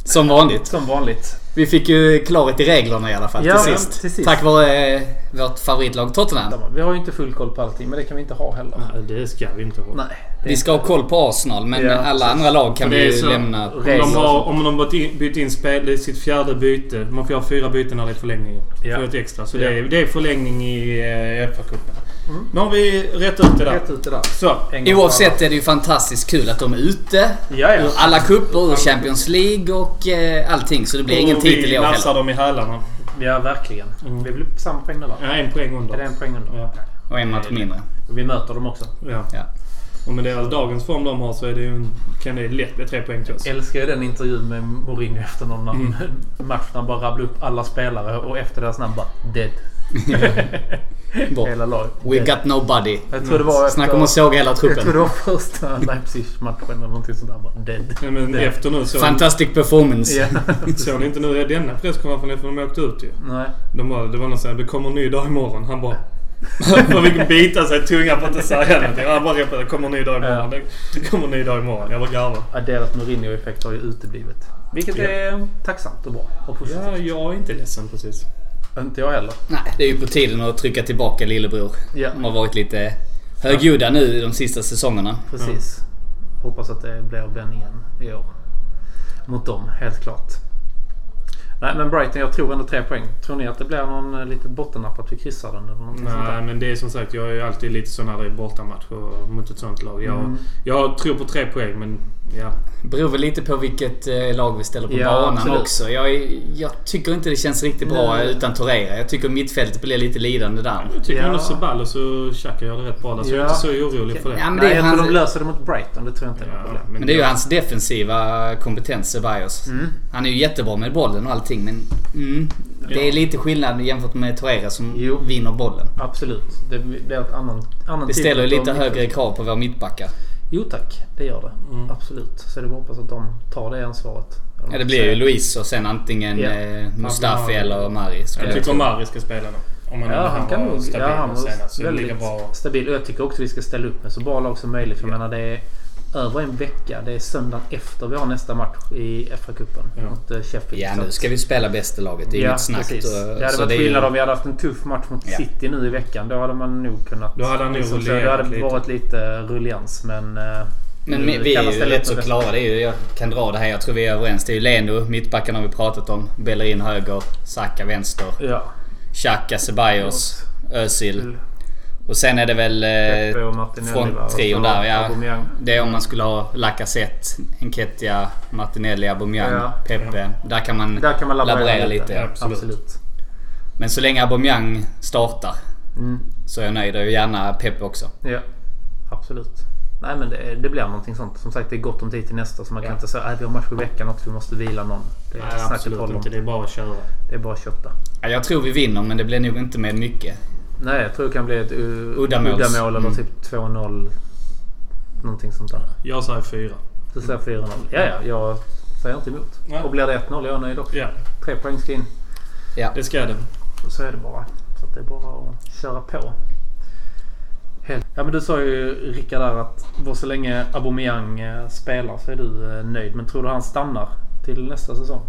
[SPEAKER 3] Som vanligt.
[SPEAKER 2] Som vanligt.
[SPEAKER 3] Vi fick ju klarhet i reglerna i alla fall
[SPEAKER 2] Ja,
[SPEAKER 3] till,
[SPEAKER 2] ja,
[SPEAKER 3] sist.
[SPEAKER 2] till sist.
[SPEAKER 3] Tack vare eh, vårt favoritlag Tottenham.
[SPEAKER 2] Vi har ju inte full koll på allting, men det kan vi inte ha heller.
[SPEAKER 4] Nej, det ska vi inte ha.
[SPEAKER 2] Nej.
[SPEAKER 3] Vi ska ha koll på Arsenal men
[SPEAKER 2] Ja,
[SPEAKER 3] alla andra lag kan
[SPEAKER 4] För det
[SPEAKER 3] vi
[SPEAKER 4] är
[SPEAKER 3] ju
[SPEAKER 4] så-
[SPEAKER 3] lämna.
[SPEAKER 4] Om de
[SPEAKER 2] Regler och
[SPEAKER 4] har,
[SPEAKER 2] sånt.
[SPEAKER 4] om de har bytt in, bytt in spel, det är sitt fjärde byte. Man får göra fyra byten när det är förlängning.
[SPEAKER 2] Ja.
[SPEAKER 4] För ett extra. Så
[SPEAKER 2] Ja. Mm.
[SPEAKER 4] det, är, det är förlängning i eh, FA-cupen. Nu har vi rätt ut det där.
[SPEAKER 2] Rätt ut det där.
[SPEAKER 4] Så.
[SPEAKER 2] En gång för
[SPEAKER 3] Oavsett är det ju fantastiskt kul att de är ute.
[SPEAKER 2] Ja, ja.
[SPEAKER 3] Ur alla kupper, ur Champions League och eh, allting. Så det blir ingen titel i år
[SPEAKER 4] Vi nafsar
[SPEAKER 3] heller.
[SPEAKER 4] dem i hälarna.
[SPEAKER 2] alla. Ja, verkligen.
[SPEAKER 4] Mm.
[SPEAKER 2] Vi blir på samma poäng nu va?
[SPEAKER 4] Ja, en poäng under.
[SPEAKER 2] Är det en poäng under?
[SPEAKER 4] Ja.
[SPEAKER 3] Och en match mindre.
[SPEAKER 2] Och Vi möter dem också.
[SPEAKER 4] Ja.
[SPEAKER 3] Ja.
[SPEAKER 4] Och med deras dagens form de har så är det ju en, kan det lätt bli tre poäng till oss.
[SPEAKER 2] Älskar ju den intervjun med Mourinho efter någon
[SPEAKER 4] Mm.
[SPEAKER 2] <laughs> match när han bara rabblade upp alla spelare och efter deras namn bara dead.
[SPEAKER 3] Bra.
[SPEAKER 2] Hela lag.
[SPEAKER 3] We
[SPEAKER 2] Dead.
[SPEAKER 3] got nobody.
[SPEAKER 2] Jag tror det var efter...
[SPEAKER 3] Snacka om att såga hela
[SPEAKER 2] Jag tror det
[SPEAKER 3] truppen.
[SPEAKER 2] var första Leipzig-matchen eller någonting sånt där. Bara dead.
[SPEAKER 4] Ja, men
[SPEAKER 2] Det-
[SPEAKER 4] efter nu så...
[SPEAKER 3] Fantastic performance.
[SPEAKER 2] Ja.
[SPEAKER 4] Såg ni inte nu denna presskonferensen efter de åkte ut ju?
[SPEAKER 2] Nej.
[SPEAKER 4] De bara, det var någon sån här, det kommer en ny dag imorgon. Han bara... <laughs> Man fick bita sig i tungan för att inte säga någonting. Han bara repade, det kommer en ny dag imorgon. Det- Det kommer en ny dag imorgon. Jag var garvad.
[SPEAKER 2] Adderat Mourinho-effekt har ju uteblivit. Vilket
[SPEAKER 4] Ja.
[SPEAKER 2] är tacksamt och bra. Och positivt.
[SPEAKER 4] Ja, jag är inte ledsen precis.
[SPEAKER 2] Inte jag heller.
[SPEAKER 3] Nej, det är ju på tiden att trycka tillbaka lillebror.
[SPEAKER 2] Ja.
[SPEAKER 3] De har varit lite högljudda nu de sista säsongerna.
[SPEAKER 2] Precis. Hoppas att det blir Ben igen i år. Mot dem, helt klart. Nej, men Brighton, jag tror ändå tre poäng. Tror ni att det blir någon eh, litet bottennapp att vi kryssar den eller någonting sånt
[SPEAKER 4] Nej,
[SPEAKER 2] där?
[SPEAKER 4] men det är som sagt, jag är ju alltid lite så när det är bortamatcher mot ett sånt lag. Jag,
[SPEAKER 2] Mm.
[SPEAKER 4] jag tror på tre poäng, men ja.
[SPEAKER 3] Beror väl lite på vilket eh, lag vi ställer på
[SPEAKER 2] Ja,
[SPEAKER 3] banan
[SPEAKER 2] absolut.
[SPEAKER 3] också. Jag, är- jag tycker inte det känns riktigt bra
[SPEAKER 2] Nej.
[SPEAKER 3] utan Torreira. Jag tycker mittfältet blir lite lidande där.
[SPEAKER 4] Jag tycker
[SPEAKER 2] Ja.
[SPEAKER 4] ändå Sebal och så Xhaka gör det rätt bra där, så jag är inte så orolig för det.
[SPEAKER 3] Ja, men det
[SPEAKER 2] Nej,
[SPEAKER 3] är
[SPEAKER 2] jag tror de
[SPEAKER 3] hans,
[SPEAKER 2] löser det mot Brighton. Det tror jag Mm. inte är något
[SPEAKER 4] Ja,
[SPEAKER 2] problem.
[SPEAKER 3] men det är ju hans defensiva kompetens, Ceballos. Han är ju jättebra med bollen och allting men... Mm, det är lite skillnad jämfört med Torreira som
[SPEAKER 2] Jo.
[SPEAKER 3] vinner bollen.
[SPEAKER 2] Absolut. Det blir ett annan, annan
[SPEAKER 3] Det
[SPEAKER 2] typ
[SPEAKER 3] ställer ju
[SPEAKER 2] av
[SPEAKER 3] lite
[SPEAKER 2] mittfält.
[SPEAKER 3] högre krav på våra mittbackar.
[SPEAKER 2] Jo tack, det gör det.
[SPEAKER 4] Mm.
[SPEAKER 2] Absolut. Så det är bara att hoppas att de tar det ansvaret.
[SPEAKER 3] Ja, det blir ju Luis och sen antingen
[SPEAKER 2] Ja.
[SPEAKER 3] eh, Mustafi
[SPEAKER 4] Mari.
[SPEAKER 3] eller Mari. skulle
[SPEAKER 4] Jag
[SPEAKER 3] jag
[SPEAKER 4] tycker
[SPEAKER 3] tro.
[SPEAKER 4] Mari ska spela nu. Om han,
[SPEAKER 2] Ja, han kan
[SPEAKER 4] var
[SPEAKER 2] nog...
[SPEAKER 4] stabil
[SPEAKER 2] Ja, han var
[SPEAKER 4] senast. Så det ligger
[SPEAKER 2] väldigt
[SPEAKER 4] bra.
[SPEAKER 2] stabil. Och Jag tycker också vi ska ställa upp med så bra lag som möjligt. För jag menar, det är över en vecka. Det är söndagen efter vi har nästa match i FA-cupen
[SPEAKER 4] Ja.
[SPEAKER 2] mot eh, Sheffield.
[SPEAKER 3] Ja,
[SPEAKER 2] Så
[SPEAKER 3] nu
[SPEAKER 2] att-
[SPEAKER 3] ska vi spela bästa laget. Det är
[SPEAKER 2] Ja,
[SPEAKER 3] inget snack.
[SPEAKER 2] precis.
[SPEAKER 3] och-
[SPEAKER 2] Det hade
[SPEAKER 3] så
[SPEAKER 2] varit
[SPEAKER 3] är ju-
[SPEAKER 2] skillnad om vi hade haft en tuff match mot
[SPEAKER 3] Ja.
[SPEAKER 2] City nu i veckan. Då hade man nog kunnat...
[SPEAKER 4] Då hade han nog
[SPEAKER 2] liksom, så, då
[SPEAKER 4] rullerat
[SPEAKER 2] hade det
[SPEAKER 4] lite.
[SPEAKER 2] varit lite rullians men... eh,
[SPEAKER 3] Men
[SPEAKER 2] nu
[SPEAKER 3] vi- vi
[SPEAKER 2] kan
[SPEAKER 3] är
[SPEAKER 2] man
[SPEAKER 3] ju
[SPEAKER 2] ställa
[SPEAKER 3] rätt
[SPEAKER 2] upp
[SPEAKER 3] så
[SPEAKER 2] med
[SPEAKER 3] klara. Det är ju, jag kan dra det här. Jag tror vi är överens. Det är ju Leno, mittbacken har vi pratat om. Bellerin höger, Saka vänster,
[SPEAKER 2] det. Ja.
[SPEAKER 3] Xhaka, Ceballos, Özil. Och sen är det väl
[SPEAKER 2] Pepe och
[SPEAKER 3] eh,
[SPEAKER 2] Martinelli, va? Och
[SPEAKER 3] fronttrion
[SPEAKER 2] så
[SPEAKER 3] där. Ja.
[SPEAKER 2] Aubameyang.
[SPEAKER 3] Det är om man skulle ha Lacazette, Enketia, Martinelli, Aubameyang,
[SPEAKER 2] Ja.
[SPEAKER 3] Pepe. Där kan man,
[SPEAKER 2] Där kan man laborera, lite.
[SPEAKER 3] ja.
[SPEAKER 4] absolut.
[SPEAKER 2] absolut.
[SPEAKER 3] Men så länge Aubameyang startar
[SPEAKER 2] Mm.
[SPEAKER 3] så är jag nöjd. Och gärna Pepe också.
[SPEAKER 2] Ja, absolut. Nej men det, det blir någonting sånt. Som sagt det är gott om tid till nästa så man kan
[SPEAKER 4] Ja.
[SPEAKER 2] inte säga att vi har match i veckan också, vi måste vila någon. Det är,
[SPEAKER 4] Nej,
[SPEAKER 2] snacket
[SPEAKER 4] absolut
[SPEAKER 2] håller
[SPEAKER 4] inte.
[SPEAKER 2] inte.
[SPEAKER 4] Det är bara att köra.
[SPEAKER 2] det är bara kötta.
[SPEAKER 3] Ja, jag tror vi vinner men det blir nog inte med mycket.
[SPEAKER 2] Nej, jag tror det kan bli ett uh,
[SPEAKER 3] Uddamåls.
[SPEAKER 2] uddamål eller
[SPEAKER 3] Mm.
[SPEAKER 2] typ 2-0. Någonting sånt där.
[SPEAKER 4] Jag säger fyra.
[SPEAKER 2] Du säger 4-0. Ja, ja. Jag säger inte emot.
[SPEAKER 4] Nej.
[SPEAKER 2] Och blir det 1-0 jag är nöjd också.
[SPEAKER 4] Ja,
[SPEAKER 2] Tre poäng ska in.
[SPEAKER 3] Ja.
[SPEAKER 4] det ska det.
[SPEAKER 2] Så är det bara. Så att det är bara att köra på. Helt. Ja men du sa ju Rickard där att vad så länge Aubameyang eh, spelar så är du eh, nöjd. Men tror du han stannar till nästa säsong?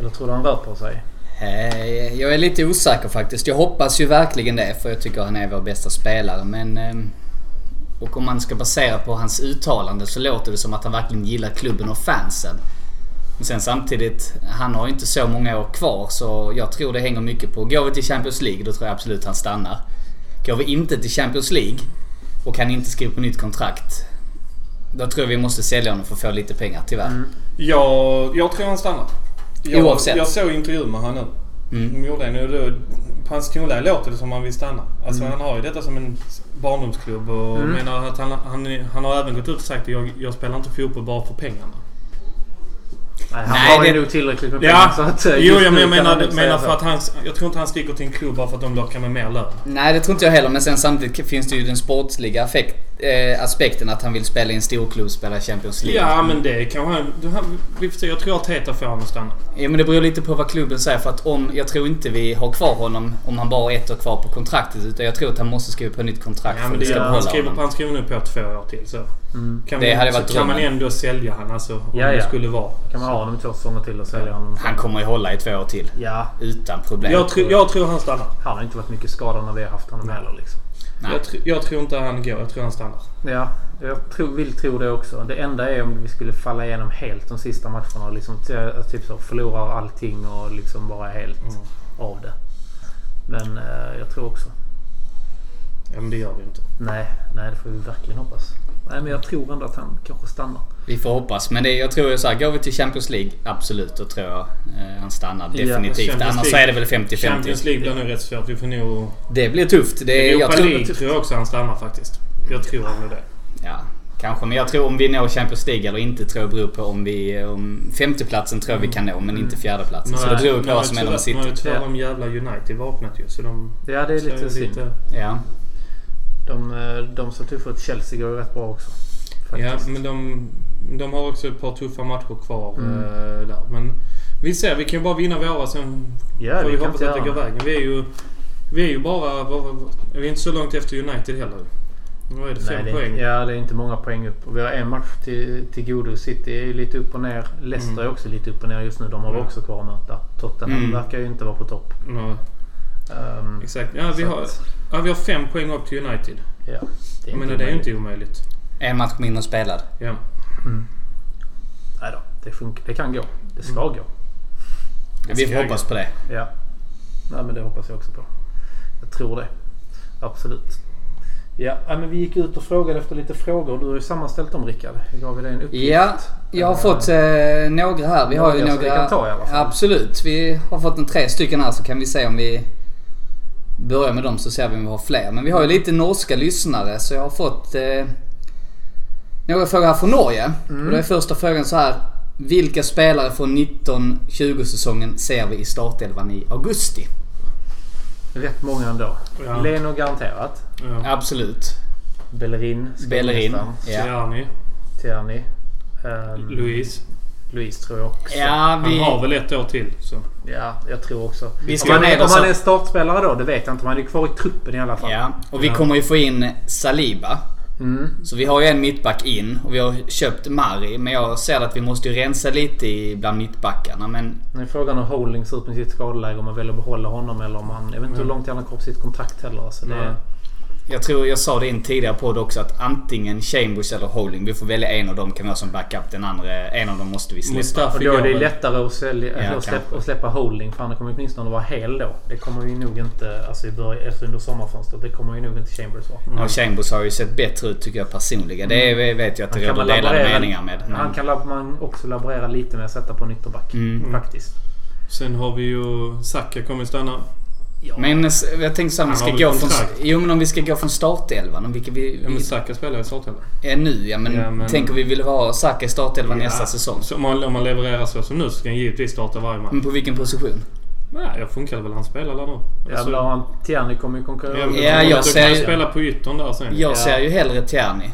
[SPEAKER 2] Eller tror du han rör på sig?
[SPEAKER 3] Eh, Jag är lite osäker faktiskt. Jag hoppas ju verkligen det för jag tycker han är vår bästa spelare. Men... ehm, Och om man ska basera på hans uttalande så låter det som att han verkligen gillar klubben och fansen. Men sen samtidigt, han har ju inte så många år kvar så jag tror det hänger mycket på. Går vi till Champions League då tror jag absolut han stannar. Går vi inte till Champions League och kan inte skriva på nytt kontrakt. Då tror jag vi måste sälja honom för att få lite pengar tyvärr.
[SPEAKER 4] Jag, jag tror han stannar. Jag,
[SPEAKER 3] Oavsett.
[SPEAKER 4] Jag såg intervju med han nu.
[SPEAKER 3] Mm.
[SPEAKER 4] De gjorde en och då, på hans tonläge låter det som han vill stanna. Alltså han har ju detta som en barndomsklubb och
[SPEAKER 2] Mm.
[SPEAKER 4] menar att han, han, han har även gått ut och sagt att jag, jag spelar inte fotboll bara för pengarna.
[SPEAKER 2] Nej, han
[SPEAKER 3] Nej,
[SPEAKER 2] har ju
[SPEAKER 3] det-
[SPEAKER 2] nog tillräckligt med pengar.
[SPEAKER 4] Ja,
[SPEAKER 2] Så att eh,
[SPEAKER 4] jo
[SPEAKER 2] just
[SPEAKER 4] jag
[SPEAKER 2] nu
[SPEAKER 4] men-
[SPEAKER 2] kan han
[SPEAKER 4] menar,
[SPEAKER 2] nog säga
[SPEAKER 4] menar
[SPEAKER 2] så.
[SPEAKER 4] för att han, jag tror inte han sticker till en klubb bara för att de lockar med mer lön.
[SPEAKER 3] Nej, det tror inte jag heller. Men sen samtidigt finns det ju den sportsliga affekt, eh, aspekten att han vill spela i en storklubb, spela i Champions League.
[SPEAKER 4] Ja men det kanske han... du- han- vi får se. Jag tror att Teta får honom att stanna.
[SPEAKER 3] Ja, men det beror lite på vad klubben säger. För att om, jag tror inte vi har kvar honom om han bara har ett år kvar på kontraktet. Utan jag tror att han måste skriva på nytt kontrakt
[SPEAKER 4] Ja,
[SPEAKER 3] för
[SPEAKER 4] men
[SPEAKER 3] att vi
[SPEAKER 4] det,
[SPEAKER 3] ska
[SPEAKER 4] han,
[SPEAKER 3] behålla
[SPEAKER 4] skriver,
[SPEAKER 3] honom.
[SPEAKER 4] han skriver nu på två år till så. Kan
[SPEAKER 3] Det
[SPEAKER 4] man-
[SPEAKER 3] hade varit
[SPEAKER 4] så kan man
[SPEAKER 3] drömmen.
[SPEAKER 4] ändå sälja han alltså om
[SPEAKER 2] Mm. Ja,
[SPEAKER 4] det
[SPEAKER 2] ja.
[SPEAKER 4] skulle vara.
[SPEAKER 2] Kan man ha honom i två säsonger till och sälja honom?
[SPEAKER 3] Han kommer ju hålla i två år till.
[SPEAKER 2] Ja,
[SPEAKER 3] Utan problem.
[SPEAKER 4] Jag, tror- jag tror han stannar.
[SPEAKER 2] han har inte varit mycket skadad när vi har haft honom heller liksom.
[SPEAKER 3] Nej.
[SPEAKER 4] Jag, tr- jag tror inte han går. Jag tror han stannar.
[SPEAKER 2] Ja, jag tror, vill tro det också. Det enda är om vi skulle falla igenom helt de sista matcherna och liksom, t- typ så, förlorar allting och liksom bara är helt
[SPEAKER 4] Mm.
[SPEAKER 2] av det. Men eh, jag tror också.
[SPEAKER 4] Ja, men det gör vi inte.
[SPEAKER 2] Nej, nej, det får vi verkligen hoppas. Nej, men jag tror ändå att han kanske stannar.
[SPEAKER 3] Vi får hoppas. Men det, jag tror ju så här, går vi till Champions League, absolut. Då tror jag eh, han stannar
[SPEAKER 2] Ja,
[SPEAKER 3] definitivt.
[SPEAKER 4] Champions
[SPEAKER 3] Annars så
[SPEAKER 4] League-
[SPEAKER 3] är det väl 50-50.
[SPEAKER 4] Champions League blir nog rätt svårt. Vi får nog...
[SPEAKER 3] Det blir tufft. Det, Eh, jag
[SPEAKER 4] Europa
[SPEAKER 3] tror,
[SPEAKER 4] League tror jag också han stannar faktiskt. Jag tror han det.
[SPEAKER 3] Ja, kanske. Men jag tror om vi når Champions League eller inte tror jag beror på om vi... Om femteplatsen tror jag vi kan nå, men inte fjärdeplatsen. Så det beror ju på vad som händer med
[SPEAKER 4] Nu har ju
[SPEAKER 3] City.
[SPEAKER 4] tyvärr
[SPEAKER 2] Ja.
[SPEAKER 4] de jävla United vaknat ju. Så de...
[SPEAKER 2] Ja, det är
[SPEAKER 4] så
[SPEAKER 2] lite synd.
[SPEAKER 3] Ja.
[SPEAKER 2] De, eh, de som tog för ett Chelsea går ju rätt bra också.
[SPEAKER 4] Ja,
[SPEAKER 2] Faktiskt.
[SPEAKER 4] men de, de har också ett par tuffa matcher kvar
[SPEAKER 2] Mm.
[SPEAKER 4] eh, där. Men vi ser, vi kan ju bara vinna våra sen
[SPEAKER 2] Ja,
[SPEAKER 4] får
[SPEAKER 2] vi
[SPEAKER 4] vi
[SPEAKER 2] kan
[SPEAKER 4] hoppas
[SPEAKER 2] inte
[SPEAKER 4] att det
[SPEAKER 2] göra
[SPEAKER 4] går
[SPEAKER 2] något.
[SPEAKER 4] vägen. Vi är ju, vi är ju bara, bara... Vi är inte så långt efter United heller. Vad är det?
[SPEAKER 2] Nej,
[SPEAKER 4] Fem
[SPEAKER 2] det är,
[SPEAKER 4] poäng?
[SPEAKER 2] inte- ja, det är inte många poäng upp. Och vi har en match till, till godo. City är ju lite upp och ner. Leicester är också lite upp och ner just nu. De har
[SPEAKER 4] Mm. Ja.
[SPEAKER 2] också kvar att möta. Tottenham
[SPEAKER 3] Mm.
[SPEAKER 2] verkar ju inte vara på topp.
[SPEAKER 4] Ja,
[SPEAKER 2] Ehm,
[SPEAKER 4] exakt. Ja, vi
[SPEAKER 2] Så
[SPEAKER 4] har,
[SPEAKER 2] att-
[SPEAKER 4] ja, vi har fem poäng upp till United.
[SPEAKER 2] ja, det är
[SPEAKER 4] Jag menar,
[SPEAKER 2] inte
[SPEAKER 4] det är ju
[SPEAKER 2] omöjligt.
[SPEAKER 4] inte omöjligt.
[SPEAKER 3] En match mindre spelad.
[SPEAKER 4] Ja.
[SPEAKER 2] Nej då, det, funkar, det kan gå. Det ska
[SPEAKER 4] Mm.
[SPEAKER 2] gå.
[SPEAKER 3] Vi
[SPEAKER 4] ska
[SPEAKER 3] får hoppas på det.
[SPEAKER 2] Ja. Nej, men det hoppas jag också på. Jag tror det. Absolut. Ja, ja, men vi gick ut och frågade efter lite frågor. Du har ju sammanställt dem Rickard. Jag gav dig en uppgift.
[SPEAKER 3] Ja, jag har
[SPEAKER 2] Eh,
[SPEAKER 3] fått eh, några här. Vi har ju
[SPEAKER 2] några som vi
[SPEAKER 3] några...
[SPEAKER 2] kan ta i alla fall.
[SPEAKER 3] Absolut. Vi har fått en tre stycken här så kan vi se om vi börjar med dem så ser vi om vi har fler. Men vi har ju lite norska lyssnare så jag har fått eh, några frågor här från Norge.
[SPEAKER 2] Mm.
[SPEAKER 3] Och då är första frågan så här. Vilka spelare från 19-20 säsongen ser vi i startelvan i augusti?
[SPEAKER 2] Rätt många ändå.
[SPEAKER 4] Ja.
[SPEAKER 2] Leno garanterat.
[SPEAKER 4] Ja.
[SPEAKER 3] Absolut.
[SPEAKER 2] Bellerin. ska
[SPEAKER 3] Bellerin.
[SPEAKER 2] nästan.
[SPEAKER 3] Ja.
[SPEAKER 4] Tierney,
[SPEAKER 2] Tierney. Um,
[SPEAKER 4] Louise.
[SPEAKER 2] Louise tror jag också.
[SPEAKER 3] Ja,
[SPEAKER 4] Han
[SPEAKER 3] vi...
[SPEAKER 4] har väl ett år till. Så.
[SPEAKER 2] Ja, jag tror också.
[SPEAKER 3] Vi
[SPEAKER 2] om
[SPEAKER 3] ska
[SPEAKER 2] han,
[SPEAKER 3] ner
[SPEAKER 2] är,
[SPEAKER 3] och
[SPEAKER 2] om
[SPEAKER 3] så-
[SPEAKER 2] han är en startspelare då, det vet jag inte. Men han är ju kvar i truppen i alla fall.
[SPEAKER 3] Ja, och vi kommer ju få in Saliba.
[SPEAKER 2] Mm.
[SPEAKER 3] Så vi har ju en mittback in och vi har köpt Mari. Men jag ser att vi måste ju rensa lite i- bland mittbackarna. Men
[SPEAKER 2] Nu är frågan om Holding ser ut med sitt skadeläge. Om man väljer att behålla honom eller om han... Jag vet inte hur långt han har kvar på sitt kontrakt heller. Alltså, det,
[SPEAKER 4] Nej.
[SPEAKER 3] jag tror jag sa det i en tidigare podd också att antingen Chambers eller Holding. Vi får välja en av dem kan vi ha som backup. Den andra, en av dem måste vi släppa.
[SPEAKER 2] och
[SPEAKER 4] Mustafi
[SPEAKER 2] då är det
[SPEAKER 4] går väl.
[SPEAKER 2] lättare att, sälja,
[SPEAKER 3] Ja,
[SPEAKER 2] att,
[SPEAKER 3] kanske.
[SPEAKER 2] släppa, att släppa Holding. För han kommer ju åtminstone att vara hel då. Det kommer vi nog inte... Alltså i början, efter under sommarfönstret. Det kommer ju nog inte Chambers vara.
[SPEAKER 3] Ja, Chambers har ju sett bättre ut tycker jag personligen. Det
[SPEAKER 4] Mm.
[SPEAKER 3] är- vet jag att det råder delade meningar med. Mm. Men,
[SPEAKER 2] han kan lab- man också laborera lite med att sätta på en ytterback.
[SPEAKER 3] Mm.
[SPEAKER 2] Faktiskt.
[SPEAKER 4] Sen har vi ju... Saka kommer stanna.
[SPEAKER 3] men s- jag tänkte så här, om vi
[SPEAKER 4] Han har
[SPEAKER 3] ska gå
[SPEAKER 4] väl
[SPEAKER 3] från,
[SPEAKER 4] kontrakt?
[SPEAKER 3] jo, men om vi ska gå från startelvan. Om vilka vi,
[SPEAKER 4] Ja, men
[SPEAKER 3] vi
[SPEAKER 4] Saka spelar i startelvan.
[SPEAKER 3] är nu ja men,
[SPEAKER 4] Ja, men-
[SPEAKER 3] tänker vi vill ha Saka i startelvan
[SPEAKER 4] Ja.
[SPEAKER 3] nästa säsong.
[SPEAKER 4] Så om man, om man levererar så som nu så ska han givetvis starta varje
[SPEAKER 2] Mm.
[SPEAKER 4] match.
[SPEAKER 3] Men på vilken position?
[SPEAKER 4] Nej, jag funkar väl han spelar där Alltså, nu.
[SPEAKER 2] Ja, men då har han- Tierney kommer ju konkurrera.
[SPEAKER 4] men
[SPEAKER 3] Ja,
[SPEAKER 4] då-
[SPEAKER 3] jag
[SPEAKER 4] då
[SPEAKER 3] ser
[SPEAKER 4] kan han
[SPEAKER 3] ju-
[SPEAKER 4] spela på yttern där sen.
[SPEAKER 3] Jag ser ju hellre Tierney.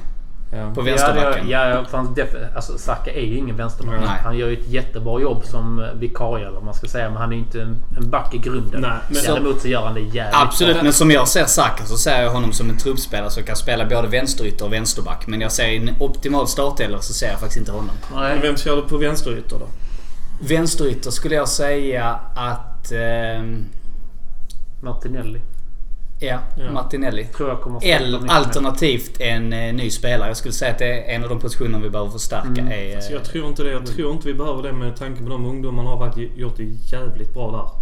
[SPEAKER 4] Ja.
[SPEAKER 3] På
[SPEAKER 2] Ja, det,
[SPEAKER 3] vänsterbacken.
[SPEAKER 2] ja, fan, def- alltså Saka är ju ingen vänsterback.
[SPEAKER 3] Nej.
[SPEAKER 2] Han gör ju ett jättebra jobb som eh, vikarie eller vad man ska säga. Men han är ju inte en, en back i grunden.
[SPEAKER 4] Nej, men-
[SPEAKER 2] Däremot så gör han det jävligt
[SPEAKER 3] Absolut, men som jag ser Saka så ser jag honom som en truppspelare som kan spela både vänsterytter och vänsterback. Men jag ser i en optimal startelva så ser jag faktiskt inte honom.
[SPEAKER 2] bra.
[SPEAKER 4] Men
[SPEAKER 2] Nej.
[SPEAKER 4] Vem kör du på vänsterytter då?
[SPEAKER 3] Vänsterytter skulle jag säga att... ehm,
[SPEAKER 2] Martinelli.
[SPEAKER 3] ja,
[SPEAKER 4] Ja.
[SPEAKER 3] Martinelli.
[SPEAKER 2] Tror jag kommer att starta mycket
[SPEAKER 3] Eller
[SPEAKER 2] mer.
[SPEAKER 3] alternativt en eh, ny spelare. Jag skulle säga att det är en av de positionerna vi behöver förstärka.
[SPEAKER 2] Mm.
[SPEAKER 3] Är,
[SPEAKER 4] Så
[SPEAKER 3] eh,
[SPEAKER 4] jag tror inte det. Jag tror inte vi behöver det med tanke på de ungdomarna har faktiskt gjort det jävligt bra där.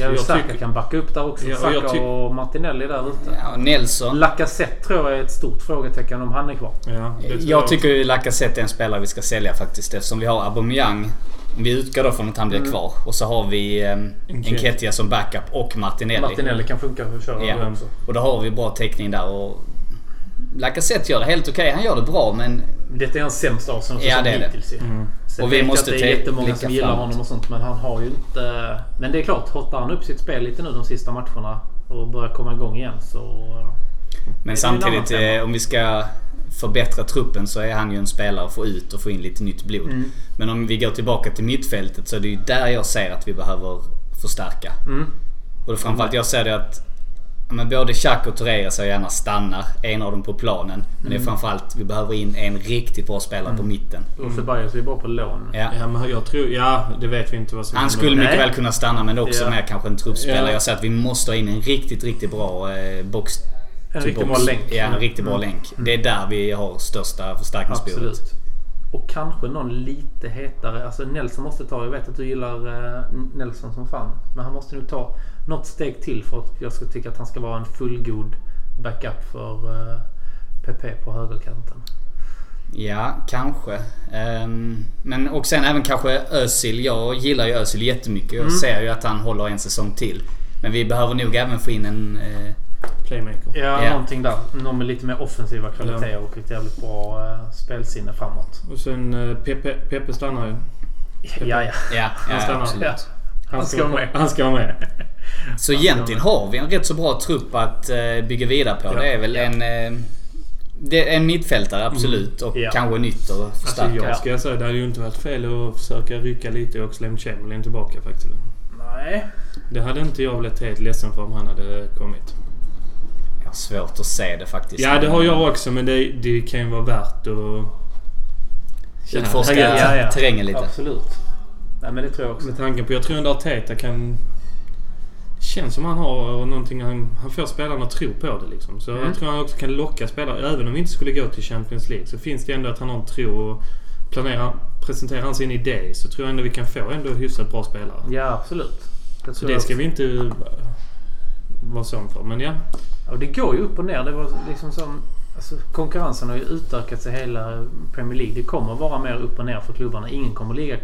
[SPEAKER 2] Ja,
[SPEAKER 4] Så
[SPEAKER 2] och
[SPEAKER 4] jag
[SPEAKER 2] Saka
[SPEAKER 4] tycker-
[SPEAKER 2] kan backa upp där också.
[SPEAKER 4] Ja, och jag
[SPEAKER 2] Saka
[SPEAKER 4] tyck-
[SPEAKER 2] och Martinelli där ute.
[SPEAKER 3] eh, ja, Nelson.
[SPEAKER 2] Lacazette tror jag är ett stort frågetecken om han är kvar.
[SPEAKER 4] Ja, det tror
[SPEAKER 3] Jag tycker ju Lacazette är en spelare vi ska sälja faktiskt eftersom vi har Aubameyang. Om vi utgår då från att han blir kvar. Och så har vi ehm,
[SPEAKER 4] Enketia.
[SPEAKER 3] Enketia som backup och Martinelli.
[SPEAKER 2] Martinelli kan funka för att köra
[SPEAKER 3] Ja.
[SPEAKER 2] där också.
[SPEAKER 3] Och då har vi bra täckning där och... Lacazette gör det helt okej. Han gör det bra men...
[SPEAKER 2] Detta är hans sämsta Arsenal
[SPEAKER 3] Ja, det är det.
[SPEAKER 2] hittills ju. Sen
[SPEAKER 3] Och vi
[SPEAKER 2] vet jag
[SPEAKER 3] måste
[SPEAKER 2] att det är
[SPEAKER 3] te-
[SPEAKER 2] jättemånga
[SPEAKER 3] blicka
[SPEAKER 2] som gillar
[SPEAKER 3] framåt.
[SPEAKER 2] honom och sånt men han har ju inte... Men det är klart, hottar han upp sitt spel lite nu de sista matcherna och börjar komma igång igen så...
[SPEAKER 3] Men
[SPEAKER 2] Det är en annan
[SPEAKER 3] samtidigt
[SPEAKER 2] femma.
[SPEAKER 3] eh, om vi ska förbättra truppen så är han ju en spelare att få ut och få in lite nytt blod.
[SPEAKER 2] Mm.
[SPEAKER 3] Men om vi går tillbaka till mittfältet så är det ju där jag ser att vi behöver förstärka.
[SPEAKER 2] Mm.
[SPEAKER 3] Och då framförallt jag ser det att ja, men både Xhaka och Torreira så gärna stannar. En av dem på planen. Men
[SPEAKER 2] Mm.
[SPEAKER 3] det är framförallt vi behöver in en riktigt bra spelare på mitten.
[SPEAKER 2] Och Ceballos är ju bara på lån.
[SPEAKER 3] Mm. Ja.
[SPEAKER 4] Ja, men jag tror... Ja, det vet vi inte vad som
[SPEAKER 3] Han
[SPEAKER 4] händer.
[SPEAKER 3] skulle mycket
[SPEAKER 2] Nej.
[SPEAKER 3] väl kunna stanna men det är också
[SPEAKER 2] Ja.
[SPEAKER 3] mer kanske en truppspelare.
[SPEAKER 4] Ja.
[SPEAKER 3] Jag säger att vi måste ha in en riktigt, riktigt bra eh, box.
[SPEAKER 2] En
[SPEAKER 3] to
[SPEAKER 2] riktigt
[SPEAKER 3] box.
[SPEAKER 2] bra länk. Mm.
[SPEAKER 3] Ja, en riktigt bra länk. Det är där vi har största förstärkningsbehovet.
[SPEAKER 2] Absolut. Och kanske någon lite hetare. Alltså Nelson måste ta, jag vet att du gillar eh, Nelson som fan. Men han måste nog ta något steg till för att jag ska tycka att han ska vara en fullgod backup för eh, PP på högerkanten.
[SPEAKER 3] Ja, kanske. Ehm, men och sen även kanske Özil. Jag gillar ju Özil jättemycket. Jag
[SPEAKER 2] Mm.
[SPEAKER 3] ser ju att han håller en säsong till. Men vi behöver nog även få in en... Eh,
[SPEAKER 4] Playmaker.
[SPEAKER 2] Ja,
[SPEAKER 3] Ja.
[SPEAKER 2] någonting där. Någon med lite mer offensiva kvaliteter och ett jävligt bra eh, spelsinne framåt.
[SPEAKER 4] Och sen eh, Pepe, Pepe stannar ju.
[SPEAKER 2] Ja, ja.
[SPEAKER 3] ja, ja,
[SPEAKER 4] stannar.
[SPEAKER 3] absolut.
[SPEAKER 2] ja. Han ska vara med.
[SPEAKER 4] Han ska vara med.
[SPEAKER 3] Så egentligen har vi en rätt så bra trupp att eh, bygga vidare på. Det är väl en... Eh, det är en mittfältare, absolut. Och
[SPEAKER 2] Ja.
[SPEAKER 3] kanske en ytter att
[SPEAKER 4] Alltså
[SPEAKER 3] förstärka.
[SPEAKER 4] jag ska säga, det hade ju inte varit fel att försöka rycka lite och Oxlade Chamberlain tillbaka faktiskt.
[SPEAKER 2] Nej.
[SPEAKER 4] Det hade inte jag blivit helt ledsen för om han hade kommit.
[SPEAKER 3] Jag har svårt att se det faktiskt.
[SPEAKER 4] Ja, det har jag också men det, det kan ju vara värt att... Känna.
[SPEAKER 3] Utforska
[SPEAKER 4] Herregud.
[SPEAKER 3] Ja, terrängen lite.
[SPEAKER 2] Absolut. Nej, men det tror jag också.
[SPEAKER 4] Med tanken på... Jag tror ändå att Teta kan... Känns som han har någonting... Han, han får spelarna att tro på det liksom. Så jag tror han också kan locka spelare. Även om vi inte skulle gå till Champions League så finns det ändå att han har en tro och planera, presenterar han sin idé så tror jag ändå vi kan få ändå hyfsat bra spelare.
[SPEAKER 2] Ja, absolut. Det
[SPEAKER 4] Så
[SPEAKER 2] tror
[SPEAKER 4] det
[SPEAKER 2] jag
[SPEAKER 4] ska
[SPEAKER 2] också.
[SPEAKER 4] vi inte eh, vara sån för. Men ja.
[SPEAKER 2] Ja, det går ju upp och ner. Det var liksom som, alltså, konkurrensen har ju utökat sig hela Premier League. Det kommer vara mer upp och ner för klubbarna. Ingen kommer ligga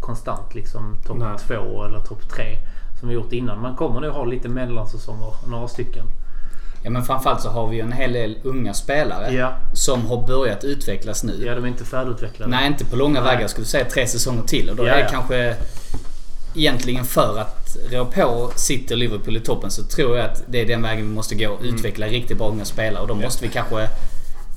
[SPEAKER 2] konstant liksom topp
[SPEAKER 4] Nej.
[SPEAKER 2] två eller topp tre som vi gjort innan. Man kommer nog ha lite mellansäsonger, några stycken.
[SPEAKER 3] Ja, men framförallt så har vi ju en hel del unga spelare
[SPEAKER 2] Ja.
[SPEAKER 3] som har börjat utvecklas nu.
[SPEAKER 2] Ja, de är inte färdigutvecklade.
[SPEAKER 3] Nej, inte på långa vägar. Jag skulle säga tre säsonger till. Och då
[SPEAKER 2] Ja,
[SPEAKER 3] är det
[SPEAKER 2] ja.
[SPEAKER 3] kanske egentligen för att rå på City och Liverpool i toppen så tror jag att det är den vägen vi måste gå.
[SPEAKER 4] Mm.
[SPEAKER 3] Utveckla riktigt bra unga spelare. Och då måste vi kanske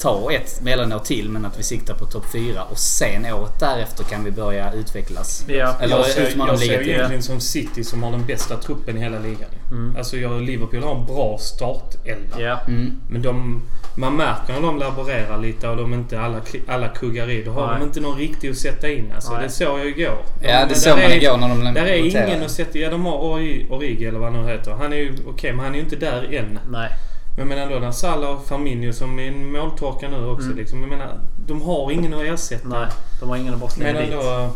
[SPEAKER 3] ta ett mellanår till men att vi siktar på topp fyra och sen året därefter kan vi börja utvecklas.
[SPEAKER 2] Ja.
[SPEAKER 3] Eller
[SPEAKER 4] jag ser,
[SPEAKER 3] utmana
[SPEAKER 4] jag ser ju
[SPEAKER 3] ligan.
[SPEAKER 4] egentligen som City som har den bästa truppen i hela ligan. Alltså jag och Liverpool har en bra startelva.
[SPEAKER 2] Ja.
[SPEAKER 3] Mm.
[SPEAKER 4] Men de, man märker när de laborerar lite och de inte alla, kli- alla kuggar i. Då har
[SPEAKER 2] Nej.
[SPEAKER 4] de inte någon riktig att sätta in. Alltså,
[SPEAKER 2] Nej.
[SPEAKER 4] det såg jag igår.
[SPEAKER 3] Ja,
[SPEAKER 4] Men
[SPEAKER 3] det
[SPEAKER 4] där
[SPEAKER 3] såg man
[SPEAKER 4] är-
[SPEAKER 3] igår när de lämnade
[SPEAKER 4] Där är ingen att sätta... Ja, de har Ori- Origi eller vad han nu heter. Han är ju okej, men han är ju inte där än.
[SPEAKER 2] Nej.
[SPEAKER 4] Men jag menar då när Salah och Firmino som är en måltorka nu också. Liksom, jag menar, de har ingen att ersätta.
[SPEAKER 2] Mm. Nej. De har ingen att bara slänga
[SPEAKER 4] medan
[SPEAKER 2] dit.
[SPEAKER 4] då...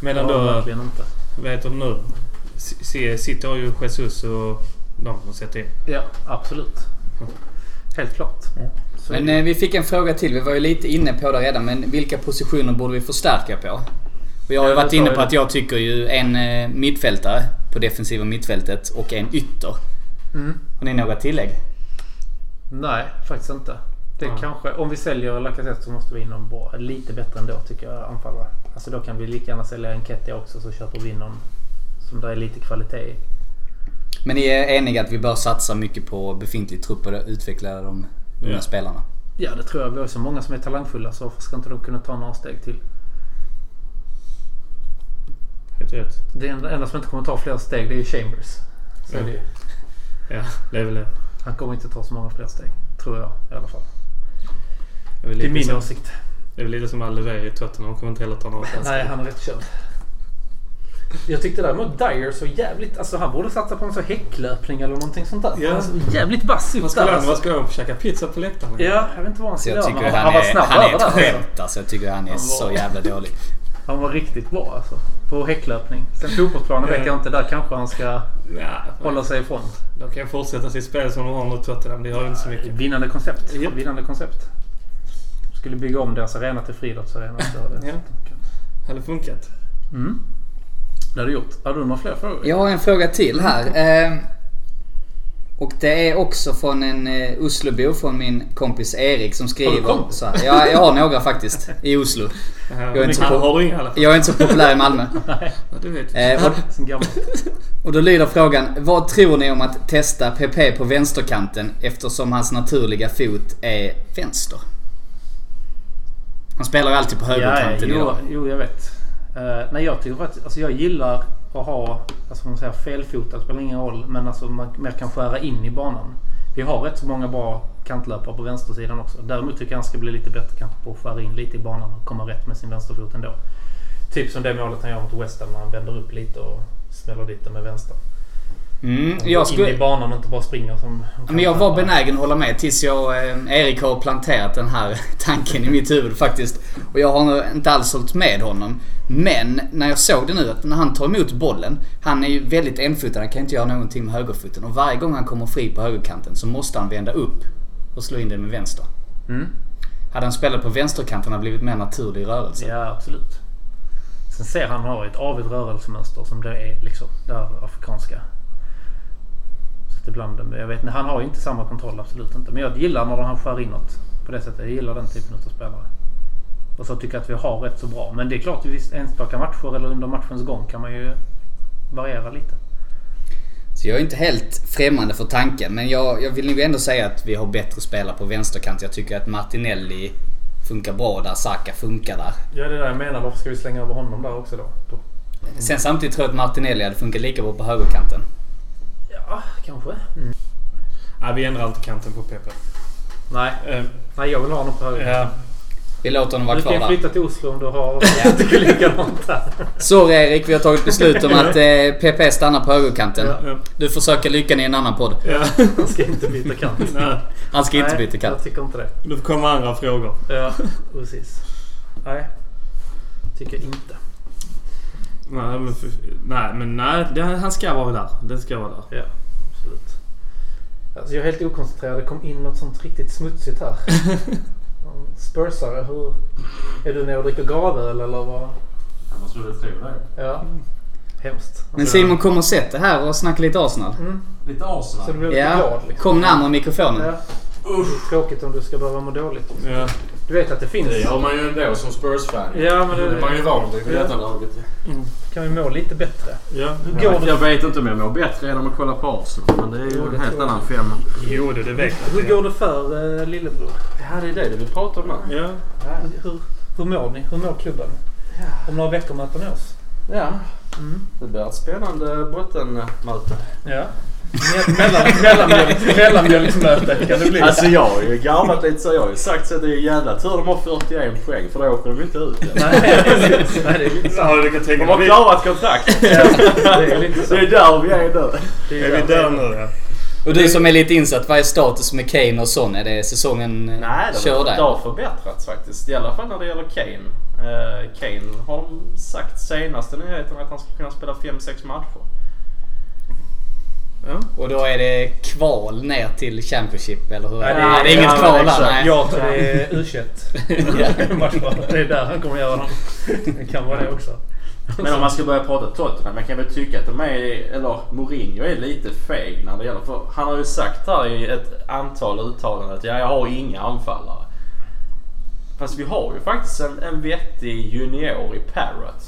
[SPEAKER 2] Det
[SPEAKER 4] Medan
[SPEAKER 2] har de
[SPEAKER 4] då...
[SPEAKER 2] verkligen inte.
[SPEAKER 4] Vad heter de nu? C- C- City har ju Jesus och de som sätter in.
[SPEAKER 2] Ja, absolut. Helt klart. Så-
[SPEAKER 3] Men eh, vi fick en fråga till. Vi var ju lite inne på det redan. Men vilka positioner borde vi förstärka på? Och jag har
[SPEAKER 2] Ja, det
[SPEAKER 3] ju varit
[SPEAKER 2] sa
[SPEAKER 3] inne
[SPEAKER 2] jag.
[SPEAKER 3] på att jag tycker ju en eh, mittfältare på defensiva mittfältet och en ytter.
[SPEAKER 2] Mm.
[SPEAKER 3] Har ni några tillägg?
[SPEAKER 2] Nej, faktiskt inte. Det
[SPEAKER 4] Nej.
[SPEAKER 2] kanske, om vi säljer Lacazette så måste vi in någon bra, lite bättre ändå tycker jag, anfallare. Alltså då kan vi lika gärna sälja en Kettia också så köper vi in någon som det är lite kvalitet i.
[SPEAKER 3] Men ni är eniga att vi bör satsa mycket på befintlig trupp och utveckla de unga
[SPEAKER 4] Ja.
[SPEAKER 3] spelarna.
[SPEAKER 2] Ja, det tror jag. Vi har ju så många som är talangfulla så varför ska inte de kunna ta några steg till?
[SPEAKER 4] Helt rätt.
[SPEAKER 2] Det enda enda som inte kommer ta fler steg det är ju Chambers. Så är det ju.
[SPEAKER 4] Ja, det är väl det.
[SPEAKER 2] Han kommer inte ta så många fler steg. Tror jag i alla fall.
[SPEAKER 4] Det är väl
[SPEAKER 2] Det är
[SPEAKER 4] lite
[SPEAKER 2] min
[SPEAKER 4] som-
[SPEAKER 2] åsikt.
[SPEAKER 4] det är väl lite som Alderweireld i Tottenham. Kommer inte heller ta några chanser.
[SPEAKER 2] Nej, han är rätt körd. Jag tyckte däremot Dyer så jävligt... Alltså han borde satsa på en så häcklöpning eller någonting sånt där.
[SPEAKER 4] Ja.
[SPEAKER 2] Han är så jävligt vass ut
[SPEAKER 4] Vad
[SPEAKER 2] där.
[SPEAKER 4] skulle han- Vad
[SPEAKER 2] Alltså.
[SPEAKER 4] ska de käka pizza på läktaren?
[SPEAKER 2] Ja, jag vet inte vad han
[SPEAKER 3] Så
[SPEAKER 2] skulle
[SPEAKER 3] jag
[SPEAKER 2] göra.
[SPEAKER 3] tycker
[SPEAKER 2] men
[SPEAKER 3] han, är, han är ett
[SPEAKER 2] där, alltså.
[SPEAKER 3] skämt alltså. Jag tycker han är
[SPEAKER 2] Han var-
[SPEAKER 3] så jävla dålig.
[SPEAKER 2] Han var riktigt bra alltså. På häcklöpning. Sen fotbollsplanen
[SPEAKER 4] Ja.
[SPEAKER 2] vet jag inte. Där kanske han ska
[SPEAKER 4] Nja,
[SPEAKER 2] hålla sig ifrån.
[SPEAKER 4] De kan fortsätta sitt spel som de har mot Tottenham. Det har ju inte så mycket.
[SPEAKER 2] Vinnande koncept.
[SPEAKER 4] Japp.
[SPEAKER 2] Vinnande koncept. Skulle bygga om deras arena till friidrottsarena. så hade-
[SPEAKER 4] Ja. Hade funkat.
[SPEAKER 2] Mm. Det har du gjort. Har du några fler frågor?
[SPEAKER 3] Jag har en fråga till här. Eh, Och det är också från en eh, Oslobo, från min kompis Erik som skriver
[SPEAKER 2] kompis?
[SPEAKER 3] så här. Ja, jag har några faktiskt i Oslo.
[SPEAKER 4] Jag
[SPEAKER 3] är inte så
[SPEAKER 4] Han
[SPEAKER 3] på-
[SPEAKER 4] har du inga i alla fall.
[SPEAKER 3] Jag är inte så populär i Malmö.
[SPEAKER 4] Ja, du vet.
[SPEAKER 3] Eh, och,
[SPEAKER 2] Sen gammal.
[SPEAKER 3] och då lyder frågan. Vad tror ni om att testa PP på vänsterkanten eftersom hans naturliga fot är vänster? Han spelar ju alltid på högerkanten
[SPEAKER 2] ja,
[SPEAKER 3] idag.
[SPEAKER 2] jo, jo, jag vet. Eh, nej, jag tycker faktiskt... Alltså jag gillar att ha... Alltså man säger felfotad spelar ingen roll. Men alltså man mer kan skära in i banan. Vi har rätt så många bra kantlöpare på vänstersidan också. Däremot tycker jag han ska bli lite bättre kanske på att skära in lite i banan och komma rätt med sin vänsterfot ändå. Typ som det målet han gör mot West Ham när han vänder upp lite och smäller dit den med vänster.
[SPEAKER 3] Mm,
[SPEAKER 2] Och
[SPEAKER 3] jag skulle,
[SPEAKER 2] In i banan och inte bara springer som...
[SPEAKER 3] Ja, Men jag var benägen att hålla med tills jag, eh, Erik har planterat den här <laughs> tanken i mitt huvud faktiskt. Och jag har nog inte alls hållit med honom. Men när jag såg det nu att när han tar emot bollen. Han är ju väldigt enfotad. Han kan inte göra någonting med högerfoten. Och varje gång han kommer fri på högerkanten så måste han vända upp och slå in den med vänster.
[SPEAKER 2] Mm.
[SPEAKER 3] Hade han spelat på vänsterkanten hade det blivit mer naturlig rörelse.
[SPEAKER 2] Ja, absolut. Sen ser han har ett avigt rörelsemönster som det är liksom det här afrikanska. Så att ibland, jag vet inte, han har ju inte samma kontroll, absolut inte. Men jag gillar när han skär inåt på det sättet. Jag gillar den typen av spelare. Och så tycker jag att vi har rätt så bra. Men det är klart, i visst enstaka matcher eller under matchens gång kan man ju variera lite.
[SPEAKER 3] Så jag är inte helt främmande för tanken. Men jag, jag vill nog ändå säga att vi har bättre spelare på vänsterkant. Jag tycker att Martinelli funkar bra där. Saka funkar där.
[SPEAKER 2] Ja, det är det jag menar. Varför ska vi slänga över honom där också då?
[SPEAKER 3] Sen samtidigt tror jag att Martinelli hade funkat lika bra på högerkanten.
[SPEAKER 2] Ja, kanske.
[SPEAKER 4] Ja, vi ändrar inte kanten på PP.
[SPEAKER 2] Nej.
[SPEAKER 4] Eh,
[SPEAKER 2] Nej, jag vill ha honom på höger.
[SPEAKER 4] Ja,
[SPEAKER 3] Vi låter honom vara
[SPEAKER 2] Du
[SPEAKER 3] kvar
[SPEAKER 2] kan
[SPEAKER 3] där.
[SPEAKER 2] flytta till Oslo om du har... <laughs> Jag tycker likadant där.
[SPEAKER 3] Sorry Erik, vi har tagit
[SPEAKER 2] <laughs>
[SPEAKER 3] beslut om att eh, PP stannar på högerkanten.
[SPEAKER 4] ja.
[SPEAKER 3] Du försöker lyckan i en annan podd.
[SPEAKER 4] ja. <laughs>
[SPEAKER 2] Han ska inte byta kant.
[SPEAKER 4] Nej,
[SPEAKER 3] Han ska inte
[SPEAKER 2] Nej,
[SPEAKER 3] byta kant.
[SPEAKER 2] Jag tycker inte det.
[SPEAKER 4] nu kommer andra frågor.
[SPEAKER 2] Ja, <laughs> precis. Nej, tycker jag inte.
[SPEAKER 4] Nej, men, för- nej, men nej, det, han ska vara där. Den ska vara där.
[SPEAKER 2] Ja, absolut. Alltså jag är helt okoncentrerad. Det kom in något sånt riktigt smutsigt <laughs> här. Någon Spursare, hur... Är du nere och dricker gravöl eller vad?
[SPEAKER 5] Han måste väl tro det.
[SPEAKER 2] Ja. Hemskt.
[SPEAKER 3] Men Simon, kom och sätt dig här och snacka lite Arsenal.
[SPEAKER 2] Mm,
[SPEAKER 5] Lite
[SPEAKER 2] så du
[SPEAKER 5] Arsenal.
[SPEAKER 2] blir lite
[SPEAKER 3] Ja,
[SPEAKER 2] glad liksom.
[SPEAKER 3] kom närmare mikrofonen.
[SPEAKER 2] Ja. Usch. Tråkigt om du ska behöva må dåligt.
[SPEAKER 4] Ja.
[SPEAKER 2] Du vet att det finns.
[SPEAKER 5] Det gör man ju ändå som Spurs-fan.
[SPEAKER 2] Ja, men
[SPEAKER 5] Det är man ju
[SPEAKER 2] det
[SPEAKER 5] van vid vid detta laget.
[SPEAKER 2] kan ju må lite bättre.
[SPEAKER 4] Ja.
[SPEAKER 2] Hur går
[SPEAKER 5] Jag,
[SPEAKER 2] det,
[SPEAKER 5] vet inte om jag mår bättre än om jag kollar på Arsenal. Men det är ju
[SPEAKER 2] Jo, det
[SPEAKER 5] en helt
[SPEAKER 2] tror jag.
[SPEAKER 5] annan femma.
[SPEAKER 4] Jo, det, det vet
[SPEAKER 2] hur
[SPEAKER 4] jag.
[SPEAKER 2] går det för eh, lillebror?
[SPEAKER 5] Ja, det är det vi pratar om här.
[SPEAKER 4] Ja.
[SPEAKER 2] Hur, hur mår ni? Hur mår klubben? Om några veckor möter ni oss.
[SPEAKER 5] Ja,
[SPEAKER 2] Mm.
[SPEAKER 5] det blir ett spännande <laughs> bottenmöte.
[SPEAKER 2] Ja. <laughs> Mellanmjölksmöte kan det bli.
[SPEAKER 5] Alltså jag har ju garvat lite så jag har ju sagt så att det är jävla tur de har 41 poäng för då åker de inte ut.
[SPEAKER 2] Nej, precis. Nej, det, är lite så.
[SPEAKER 4] <laughs> Ja, du kan tänka
[SPEAKER 5] De har
[SPEAKER 4] dig. <laughs>
[SPEAKER 5] klarat kontrakt.
[SPEAKER 2] det är lite så.
[SPEAKER 5] Det är där vi är nu.
[SPEAKER 2] Det
[SPEAKER 4] Är vi där nu? Ja.
[SPEAKER 3] Och du som är lite insatt, vad är status med Kane och Son? Är det säsongen eh,
[SPEAKER 5] Nej, det
[SPEAKER 3] kör
[SPEAKER 5] har,
[SPEAKER 3] där?
[SPEAKER 5] det har förbättrats faktiskt. I alla fall när det gäller Kane. Eh, Kane har de sagt senaste nyheten att han ska kunna spela 5-6 matcher.
[SPEAKER 4] Ja.
[SPEAKER 3] Och då är det kval ner till Championship, eller hur?
[SPEAKER 2] Nej,
[SPEAKER 3] är det,
[SPEAKER 2] nej,
[SPEAKER 3] det är inget
[SPEAKER 5] nej,
[SPEAKER 3] kval
[SPEAKER 5] exakt.
[SPEAKER 3] där, nej.
[SPEAKER 2] Jag tror det är u Det är där han kommer göra dem. Det kan vara det också.
[SPEAKER 5] Men om man ska börja prata Tottenham, man kan väl tycka att de är, eller Mourinho är lite feg när det gäller, för han har ju sagt här i ett antal uttalanden att ja, jag har inga anfallare. Fast vi har ju faktiskt en, en vettig junior i Parrot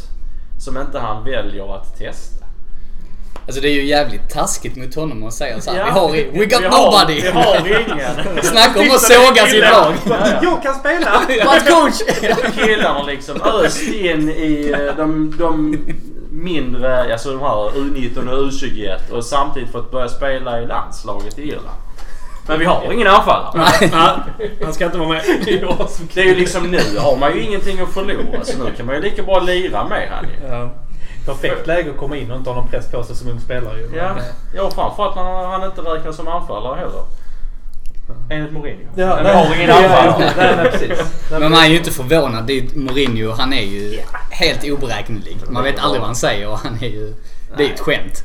[SPEAKER 5] som inte han väljer att testa.
[SPEAKER 3] Alltså det är ju jävligt taskigt mot honom att säga såhär.
[SPEAKER 5] Ja.
[SPEAKER 3] Vi har i- <laughs> We got
[SPEAKER 5] Vi har-
[SPEAKER 3] nobody!
[SPEAKER 5] Vi har
[SPEAKER 3] <laughs>
[SPEAKER 5] ingen.
[SPEAKER 3] Snacka om att
[SPEAKER 4] Titta, det är
[SPEAKER 3] såga sitt
[SPEAKER 4] killen.
[SPEAKER 5] <laughs>
[SPEAKER 3] lag!
[SPEAKER 5] Ja, ja.
[SPEAKER 2] Jag kan spela!
[SPEAKER 3] Vad coach!
[SPEAKER 5] killarna liksom öst in i eh, de, de mindre, alltså de här U19 och U21 och samtidigt fått börja spela i landslaget i Irland. Men vi har ingen anfallare.
[SPEAKER 4] Ah, han ska inte vara med.
[SPEAKER 5] <laughs> Det är ju liksom nu har man ju ingenting att förlora så nu kan man ju lika bra lira med han ju.
[SPEAKER 4] Ja.
[SPEAKER 6] Perfekt läge att komma in och inte ha någon press på sig som ung spelare ju.
[SPEAKER 5] Ja, ja framförallt när han inte räknas som anfallare heller. Enligt Mourinho.
[SPEAKER 6] Ja,
[SPEAKER 5] Men vi har ingen anfallare.
[SPEAKER 2] Nej, nej, precis.
[SPEAKER 3] Men man är ju inte förvånad. Det är ju Mourinho. Han är ju helt oberäknelig. Man vet aldrig vad han säger och han är ju... Det är ju ett skämt.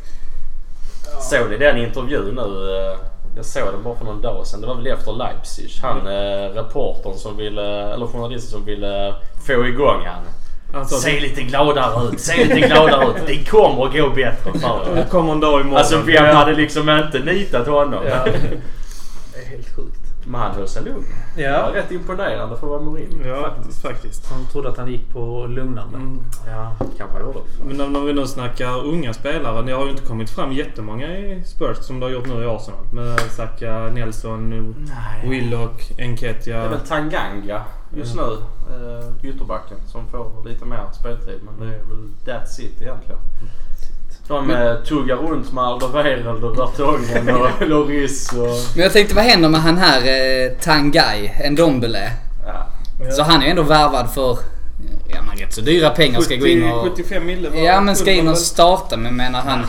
[SPEAKER 5] <laughs> Såg ni den intervjun nu? eh, Jag såg den bara för någon dag sedan. Det var väl efter Leipzig. Han eh, reportern som ville, eller journalisten som ville eh, få igång han.
[SPEAKER 4] Han sa,
[SPEAKER 5] Se lite gladare ut, se lite gladare ut. Det kommer att gå bättre för
[SPEAKER 4] det
[SPEAKER 5] er.
[SPEAKER 4] kommer en dag imorgon.
[SPEAKER 5] Alltså vem hade liksom inte nitat honom?
[SPEAKER 6] Ja. Det är helt sjukt.
[SPEAKER 5] Men han höll sig lugn. Det var
[SPEAKER 6] Ja.
[SPEAKER 5] rätt imponerande för att vara Mourinho.
[SPEAKER 4] Ja, faktiskt. faktiskt.
[SPEAKER 6] Han trodde att han gick på lugnande.
[SPEAKER 4] Mm.
[SPEAKER 5] Ja, kanske han gjorde.
[SPEAKER 4] Men när- när vi nu snackar unga spelare. Det har ju inte kommit fram jättemånga i Spurs som det har gjort nu i Arsenal. Med Saka, Nelson,
[SPEAKER 5] Nej.
[SPEAKER 4] Willock,
[SPEAKER 5] Det är
[SPEAKER 4] Enketia.
[SPEAKER 5] väl Tanganga just nu. eh, Ytterbacken som får lite mer speltid. Men det är väl that's it egentligen. De eh, tuggar runt med Alderweireld och Vertongen och <laughs> Loris och...
[SPEAKER 3] Men jag tänkte vad händer med han här eh, Tangai Ndombele?
[SPEAKER 5] Ja.
[SPEAKER 3] Så han är ju ändå värvad för... Ja men rätt så dyra pengar ska gå in och...
[SPEAKER 4] 75 mille var-
[SPEAKER 3] Ja men ska in
[SPEAKER 4] kunde man
[SPEAKER 3] och starta men menar han...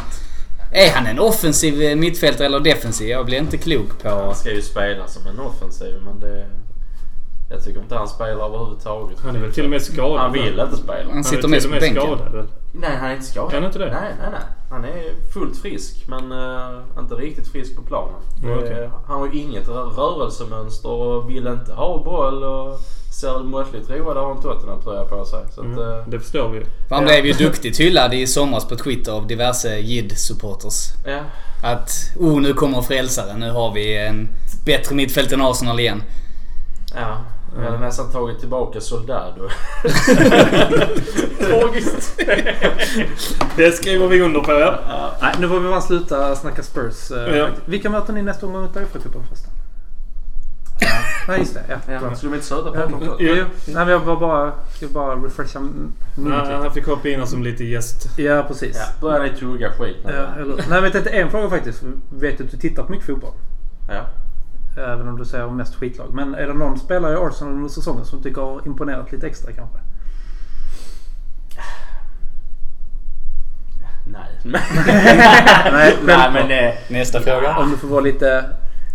[SPEAKER 3] Är han en offensiv eh, mittfältare eller defensiv? Jag blir inte klok på...
[SPEAKER 5] Han ska ju spela som en offensiv men det... Jag tycker inte han spelar överhuvudtaget.
[SPEAKER 4] väl- Han är väl till och med skadad.
[SPEAKER 5] Han vill inte spela.
[SPEAKER 3] Han sitter
[SPEAKER 4] är väl
[SPEAKER 3] mest
[SPEAKER 4] till och
[SPEAKER 3] på bänken.
[SPEAKER 4] skadad väl?
[SPEAKER 5] Nej, han är inte skadad.
[SPEAKER 4] Är han inte det?
[SPEAKER 5] Nej, nej, nej. Han är fullt frisk men eh, inte riktigt frisk på planen.
[SPEAKER 4] Mm,
[SPEAKER 5] Det-
[SPEAKER 4] okej.
[SPEAKER 5] Han har ju inget rö- rörelsemönster och vill inte ha boll och ser väl måttligt road av en Tottenham-tröja på sig. Så att, eh,
[SPEAKER 4] Mm. Det förstår vi ju.
[SPEAKER 3] För han blev ju duktigt hyllad i somras på Twitter av diverse JID-supporters.
[SPEAKER 5] ja.
[SPEAKER 3] Att oh nu kommer frälsaren, nu har vi en bättre mittfält än Arsenal igen.
[SPEAKER 5] Ja, jag
[SPEAKER 4] Mm.
[SPEAKER 5] hade nästan tagit
[SPEAKER 4] <laughs>
[SPEAKER 5] tillbaka Soldado.
[SPEAKER 4] <laughs> Tragiskt. <laughs> det skriver vi under på ja.
[SPEAKER 2] Nej, nu får vi bara sluta snacka Spurs. eh,
[SPEAKER 4] Ja.
[SPEAKER 2] faktiskt. Vilka möter ni nästa gång mot Uefa-cupen förresten? Nej, just det. Ja.
[SPEAKER 5] Ja,
[SPEAKER 2] Bra.
[SPEAKER 5] skulle de inte sluta
[SPEAKER 2] Ja,
[SPEAKER 5] prata om det?
[SPEAKER 2] jo, jo. Nej, men jag bara, bara, skulle bara refresha minnet
[SPEAKER 4] Nej,
[SPEAKER 2] lite.
[SPEAKER 4] Han fick hoppa in här som lite gäst.
[SPEAKER 2] Ja, precis.
[SPEAKER 5] Ja, börjar ni tugga skit nu?
[SPEAKER 2] Ja, eller, nej, men det är en fråga faktiskt. Vet du att du tittar på mycket fotboll?
[SPEAKER 5] Ja.
[SPEAKER 2] Även om du säger mest skitlag. Men är det någon spelare i Arsenal under säsongen som du tycker har imponerat lite extra kanske?
[SPEAKER 5] Nej.
[SPEAKER 4] <laughs>
[SPEAKER 2] Nej, men,
[SPEAKER 5] Nej men... Eh,
[SPEAKER 3] Nästa fråga.
[SPEAKER 2] om du får vara lite...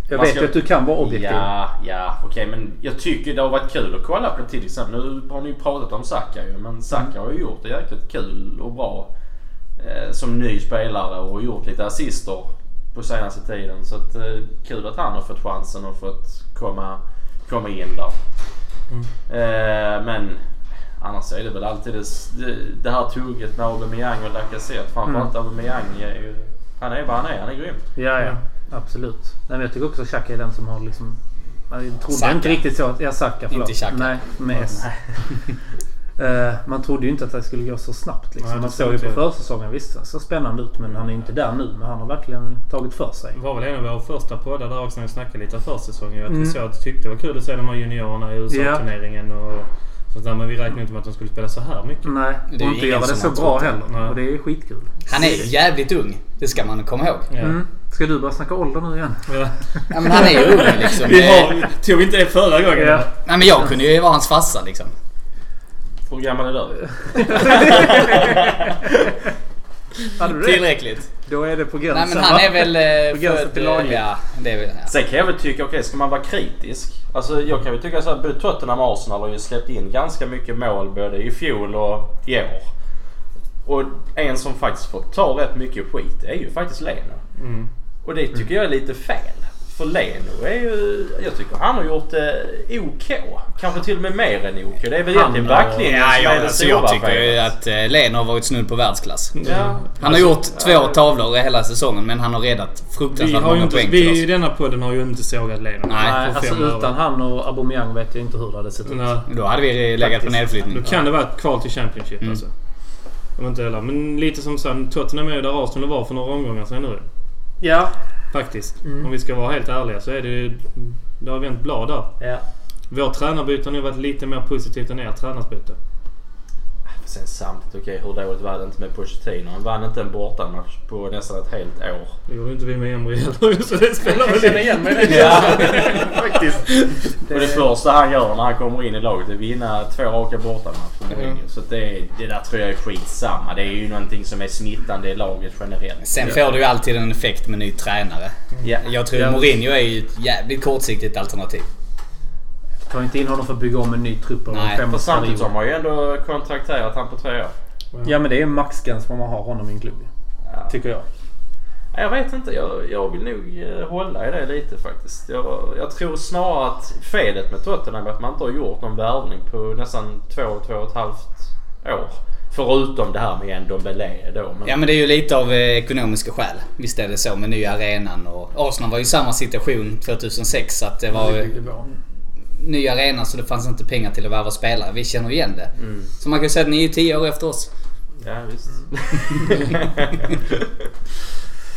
[SPEAKER 2] Jag
[SPEAKER 5] Man
[SPEAKER 2] vet
[SPEAKER 5] ska-
[SPEAKER 2] ju att du kan vara objektiv.
[SPEAKER 5] Ja, ja, okej men jag tycker det har varit kul att kolla på det till exempel. Nu har ni ju pratat om Saka ju men Saka har ju gjort det jäkligt kul och bra eh, som ny spelare och gjort lite assister på senaste tiden. Så att, eh, kul att han har fått chansen och fått komma, komma in där. Eh, men annars är det väl alltid det, det, det här tugget med Aubameyang och Lacazette. Framförallt Aubameyang är ju... Han är vad han är. Han är grym.
[SPEAKER 2] Ja, ja. Absolut. Nej, men jag tycker också att Xhaka är den som har liksom... Man trodde
[SPEAKER 3] Xhaka.
[SPEAKER 2] inte riktigt så. Att, ja, Xhaka. Förlåt.
[SPEAKER 3] Inte Xhaka.
[SPEAKER 2] Nej, med S. <laughs> Eh, man trodde ju inte att det skulle gå så snabbt. Liksom.
[SPEAKER 4] Nej, det
[SPEAKER 2] man såg ju på
[SPEAKER 4] tror jag.
[SPEAKER 2] försäsongen. Visst, han ser spännande ut men han är ju inte där nu. Men han har verkligen tagit för sig.
[SPEAKER 4] Det var väl en av våra första poddar där också när vi snackade lite försäsongen. Att
[SPEAKER 2] Mm.
[SPEAKER 4] vi såg att vi tyckte det var kul att se de här juniorerna i USA-turneringen och sånt där. Men vi räknade inte med att de skulle spela så här mycket.
[SPEAKER 2] Nej,
[SPEAKER 3] Det är
[SPEAKER 2] och
[SPEAKER 3] ju
[SPEAKER 2] inte
[SPEAKER 3] ingen
[SPEAKER 2] göra det
[SPEAKER 3] som
[SPEAKER 2] så
[SPEAKER 3] har
[SPEAKER 2] bra
[SPEAKER 3] trott det.
[SPEAKER 2] heller.
[SPEAKER 4] Nej.
[SPEAKER 2] Och det är jättekul.
[SPEAKER 3] Han är ju jävligt ung. Det ska man komma ihåg.
[SPEAKER 4] Ja.
[SPEAKER 2] Mm. Ska du börja snacka ålder nu igen?
[SPEAKER 4] Ja.
[SPEAKER 3] Ja, men han är ju ung liksom.
[SPEAKER 4] Vi har, tog vi inte det förra gången?
[SPEAKER 2] Ja.
[SPEAKER 3] Nej men jag kunde ju vara hans farsa liksom.
[SPEAKER 5] Hur gammal är du?
[SPEAKER 2] Hade du det?
[SPEAKER 3] Tillräckligt.
[SPEAKER 2] Då är det på gränsen
[SPEAKER 3] Nej men han
[SPEAKER 2] va?
[SPEAKER 3] är väl... eh,
[SPEAKER 2] gränsen
[SPEAKER 3] född,
[SPEAKER 2] till
[SPEAKER 3] eh,
[SPEAKER 2] laget.
[SPEAKER 3] Ja, det är väl... Ja.
[SPEAKER 5] Sen kan jag väl tycka, okej ska man vara kritisk? Alltså jag kan väl tycka så här, både Tottenham och Arsenal har ju släppt in ganska mycket mål både i fjol och i år. Och en som faktiskt får ta rätt mycket skit är ju faktiskt Leno.
[SPEAKER 4] Mm.
[SPEAKER 5] Och det tycker jag är lite fel. För Leno är ju, jag tycker han har gjort det OK. Kanske till och med mer än OK. Det är väl egentligen backlinjen
[SPEAKER 3] Ja,
[SPEAKER 5] som
[SPEAKER 3] ja,
[SPEAKER 5] är det
[SPEAKER 3] alltså jag
[SPEAKER 5] stora
[SPEAKER 3] tycker ju
[SPEAKER 5] felet.
[SPEAKER 3] att eh, Leno har varit snudd på världsklass.
[SPEAKER 5] Ja.
[SPEAKER 3] Han har gjort två tavlor i hela säsongen men han har räddat
[SPEAKER 4] Vi,
[SPEAKER 3] fruktansvärt
[SPEAKER 4] har ju
[SPEAKER 3] många
[SPEAKER 4] inte,
[SPEAKER 3] poäng
[SPEAKER 4] vi i
[SPEAKER 3] till oss.
[SPEAKER 4] denna podden har ju inte sågat Leno.
[SPEAKER 3] Nej.
[SPEAKER 2] Nej,
[SPEAKER 4] För
[SPEAKER 2] alltså
[SPEAKER 4] fem öre.
[SPEAKER 2] utan han och Aubameyang vet jag inte hur det hade sett ut.
[SPEAKER 4] Nej.
[SPEAKER 3] Då hade vi legat på
[SPEAKER 2] Faktiskt.
[SPEAKER 4] Då
[SPEAKER 3] nedflyttning.
[SPEAKER 4] Mm. kan det vara ett kval till Championship alltså. Om inte heller. Men lite som sen, Tottenham är ju där Arsenal var för några omgångar sedan nu.
[SPEAKER 6] Ja.
[SPEAKER 4] Faktiskt.
[SPEAKER 6] Mm.
[SPEAKER 4] Om vi ska vara helt ärliga så är det ju... Det har vänt blad där.
[SPEAKER 6] ja.
[SPEAKER 4] Vårt tränarbyte har nog varit lite mer positivt än ert tränarbyte.
[SPEAKER 5] För Sen samtidigt, okej hur dåligt var det inte med Pochettino? Han vann inte en bortamatch på nästan ett helt år.
[SPEAKER 4] Det gjorde inte vi med Emre heller <laughs> så det spelar
[SPEAKER 6] Jag
[SPEAKER 4] väl
[SPEAKER 6] känner
[SPEAKER 4] in.
[SPEAKER 6] igen mig i det.
[SPEAKER 5] Ja.
[SPEAKER 6] Faktiskt.
[SPEAKER 5] Och det första han gör när han kommer in i laget är att vinna två raka bortamatcher mot
[SPEAKER 4] Mm.
[SPEAKER 5] Mourinho. Så det, det där tror jag är skitsamma. Det är ju någonting som är smittande i laget generellt.
[SPEAKER 3] Sen får du ju alltid en effekt med ny tränare.
[SPEAKER 5] Ja.
[SPEAKER 3] Jag tror
[SPEAKER 4] Ja.
[SPEAKER 3] Mourinho är ju ett jävligt kortsiktigt alternativ.
[SPEAKER 2] Ta inte in honom för att bygga om en ny trupp över
[SPEAKER 3] Nej,
[SPEAKER 2] en
[SPEAKER 5] För samtidigt så har
[SPEAKER 2] femårsperiod.
[SPEAKER 5] man ju ändå kontrakterat han på tre år.
[SPEAKER 2] Ja men det är en maxgräns vad man har honom i en klubb.
[SPEAKER 5] Ja.
[SPEAKER 2] Tycker jag.
[SPEAKER 5] Nej, Jag vet inte. Jag, jag vill nog eh, hålla i det lite faktiskt. Jag, jag tror snarare att felet med Tottenham är att man inte har gjort någon värvning på nästan två, två och ett halvt år. Förutom det här med en Dombele då. Men
[SPEAKER 3] Ja men det är ju lite av eh, ekonomiska skäl. Visst är det så med nya arenan och Arsenal var ju i samma situation 2006 så att det var eh, ny arena så det fanns inte pengar till att värva spelare. Vi känner igen det. Så man kan ju säga att ni är 10 år efter oss.
[SPEAKER 5] ja visst.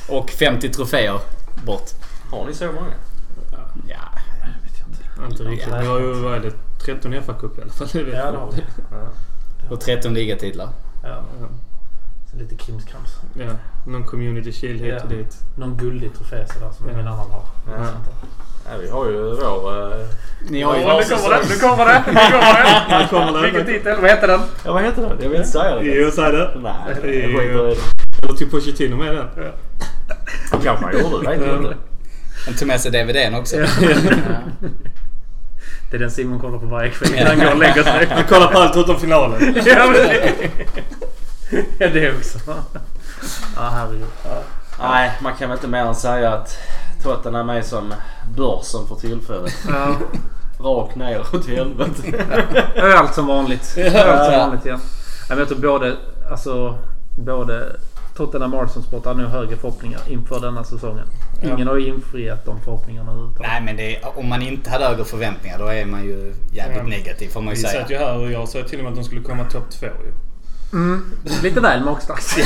[SPEAKER 3] Och 50 troféer bort.
[SPEAKER 5] har ni så många?
[SPEAKER 3] Ja.
[SPEAKER 4] Inte riktigt. Vi har ju, vad är det, 13 FA-cup i alla fall. Det vet
[SPEAKER 6] Ja,
[SPEAKER 4] jag.
[SPEAKER 6] det har vi.
[SPEAKER 3] Och 13 ligatitlar.
[SPEAKER 6] Ja. Så lite krimskrams.
[SPEAKER 4] Ja, någon community shield hit och
[SPEAKER 6] Ja.
[SPEAKER 4] dit.
[SPEAKER 6] Någon gullig trofé sådär som ingen annan har.
[SPEAKER 5] Ja. Ja, vi har ju vår... eh,
[SPEAKER 3] Ni har ju
[SPEAKER 6] nu kommer det! Nu kommer det! Nu kommer
[SPEAKER 4] Här kommer
[SPEAKER 6] det! Vilken
[SPEAKER 4] den.
[SPEAKER 6] titel? Vad heter den?
[SPEAKER 5] Ja, vad heter den? Jag vill inte säga det.
[SPEAKER 4] Jo, säg det.
[SPEAKER 5] Nej, jag
[SPEAKER 4] Jo.
[SPEAKER 5] skiter i det.
[SPEAKER 4] Eller till Pochettino med den.
[SPEAKER 5] Kanske han gjorde det. vet inte.
[SPEAKER 3] De tog med sig DVDn också.
[SPEAKER 6] Det är den Simon kollar på varje kväll innan han går
[SPEAKER 3] <laughs>
[SPEAKER 6] och lägger sig.
[SPEAKER 4] Han kollar på allt utom finalen.
[SPEAKER 6] Ja, men det- ja, det också. Ja, herregud.
[SPEAKER 5] Nej, man kan väl inte mer än säga att Tottenham är som börsen för tillfället.
[SPEAKER 2] Ja.
[SPEAKER 5] Rakt ner åt helvete.
[SPEAKER 2] Öl som vanligt. Öl som vanligt igen. Nej, men Jag tror både, alltså, både Tottenham och Arsenal Sport har nu högre förhoppningar inför denna säsongen. Ingen har ju infriat de förhoppningarna överhuvudtaget.
[SPEAKER 3] Nej men det är, om man inte hade högre förväntningar då är man ju jävligt
[SPEAKER 4] Ja.
[SPEAKER 3] negativ får man
[SPEAKER 4] Vi
[SPEAKER 3] ju säga.
[SPEAKER 4] satt ju här och jag sa till och med att de skulle komma topp två ju.
[SPEAKER 2] Lite väl magstarkt.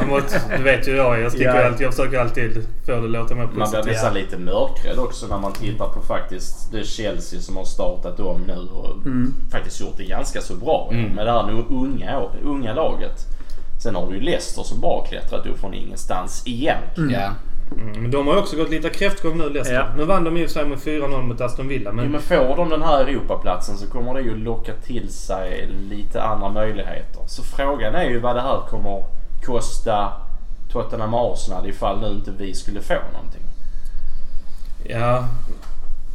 [SPEAKER 4] Man måste, du vet ju jag, jag sticker
[SPEAKER 6] Ja.
[SPEAKER 4] alltid, jag försöker alltid få det att låta mer
[SPEAKER 5] Man blir
[SPEAKER 4] positivt.
[SPEAKER 5] nästan lite mörkrädd också när man tittar på faktiskt det Chelsea som har startat om nu och faktiskt gjort det ganska så bra
[SPEAKER 3] Mm.
[SPEAKER 5] med det här nu unga, unga laget. Sen har du ju Leicester som bara har klättrat upp från ingenstans igen.
[SPEAKER 3] Ja.
[SPEAKER 4] Mm, men de har ju också gått lite kräftgång nu Leicester.
[SPEAKER 2] Ja.
[SPEAKER 4] Nu vann de i och för sig med 4-0 mot Aston Villa
[SPEAKER 5] Jo,
[SPEAKER 4] men...
[SPEAKER 5] men får de den här Europaplatsen så kommer det ju locka till sig lite andra möjligheter. Så frågan är ju vad det här kommer kosta Tottenham och Arsenal ifall nu inte vi skulle få någonting.
[SPEAKER 4] Ja...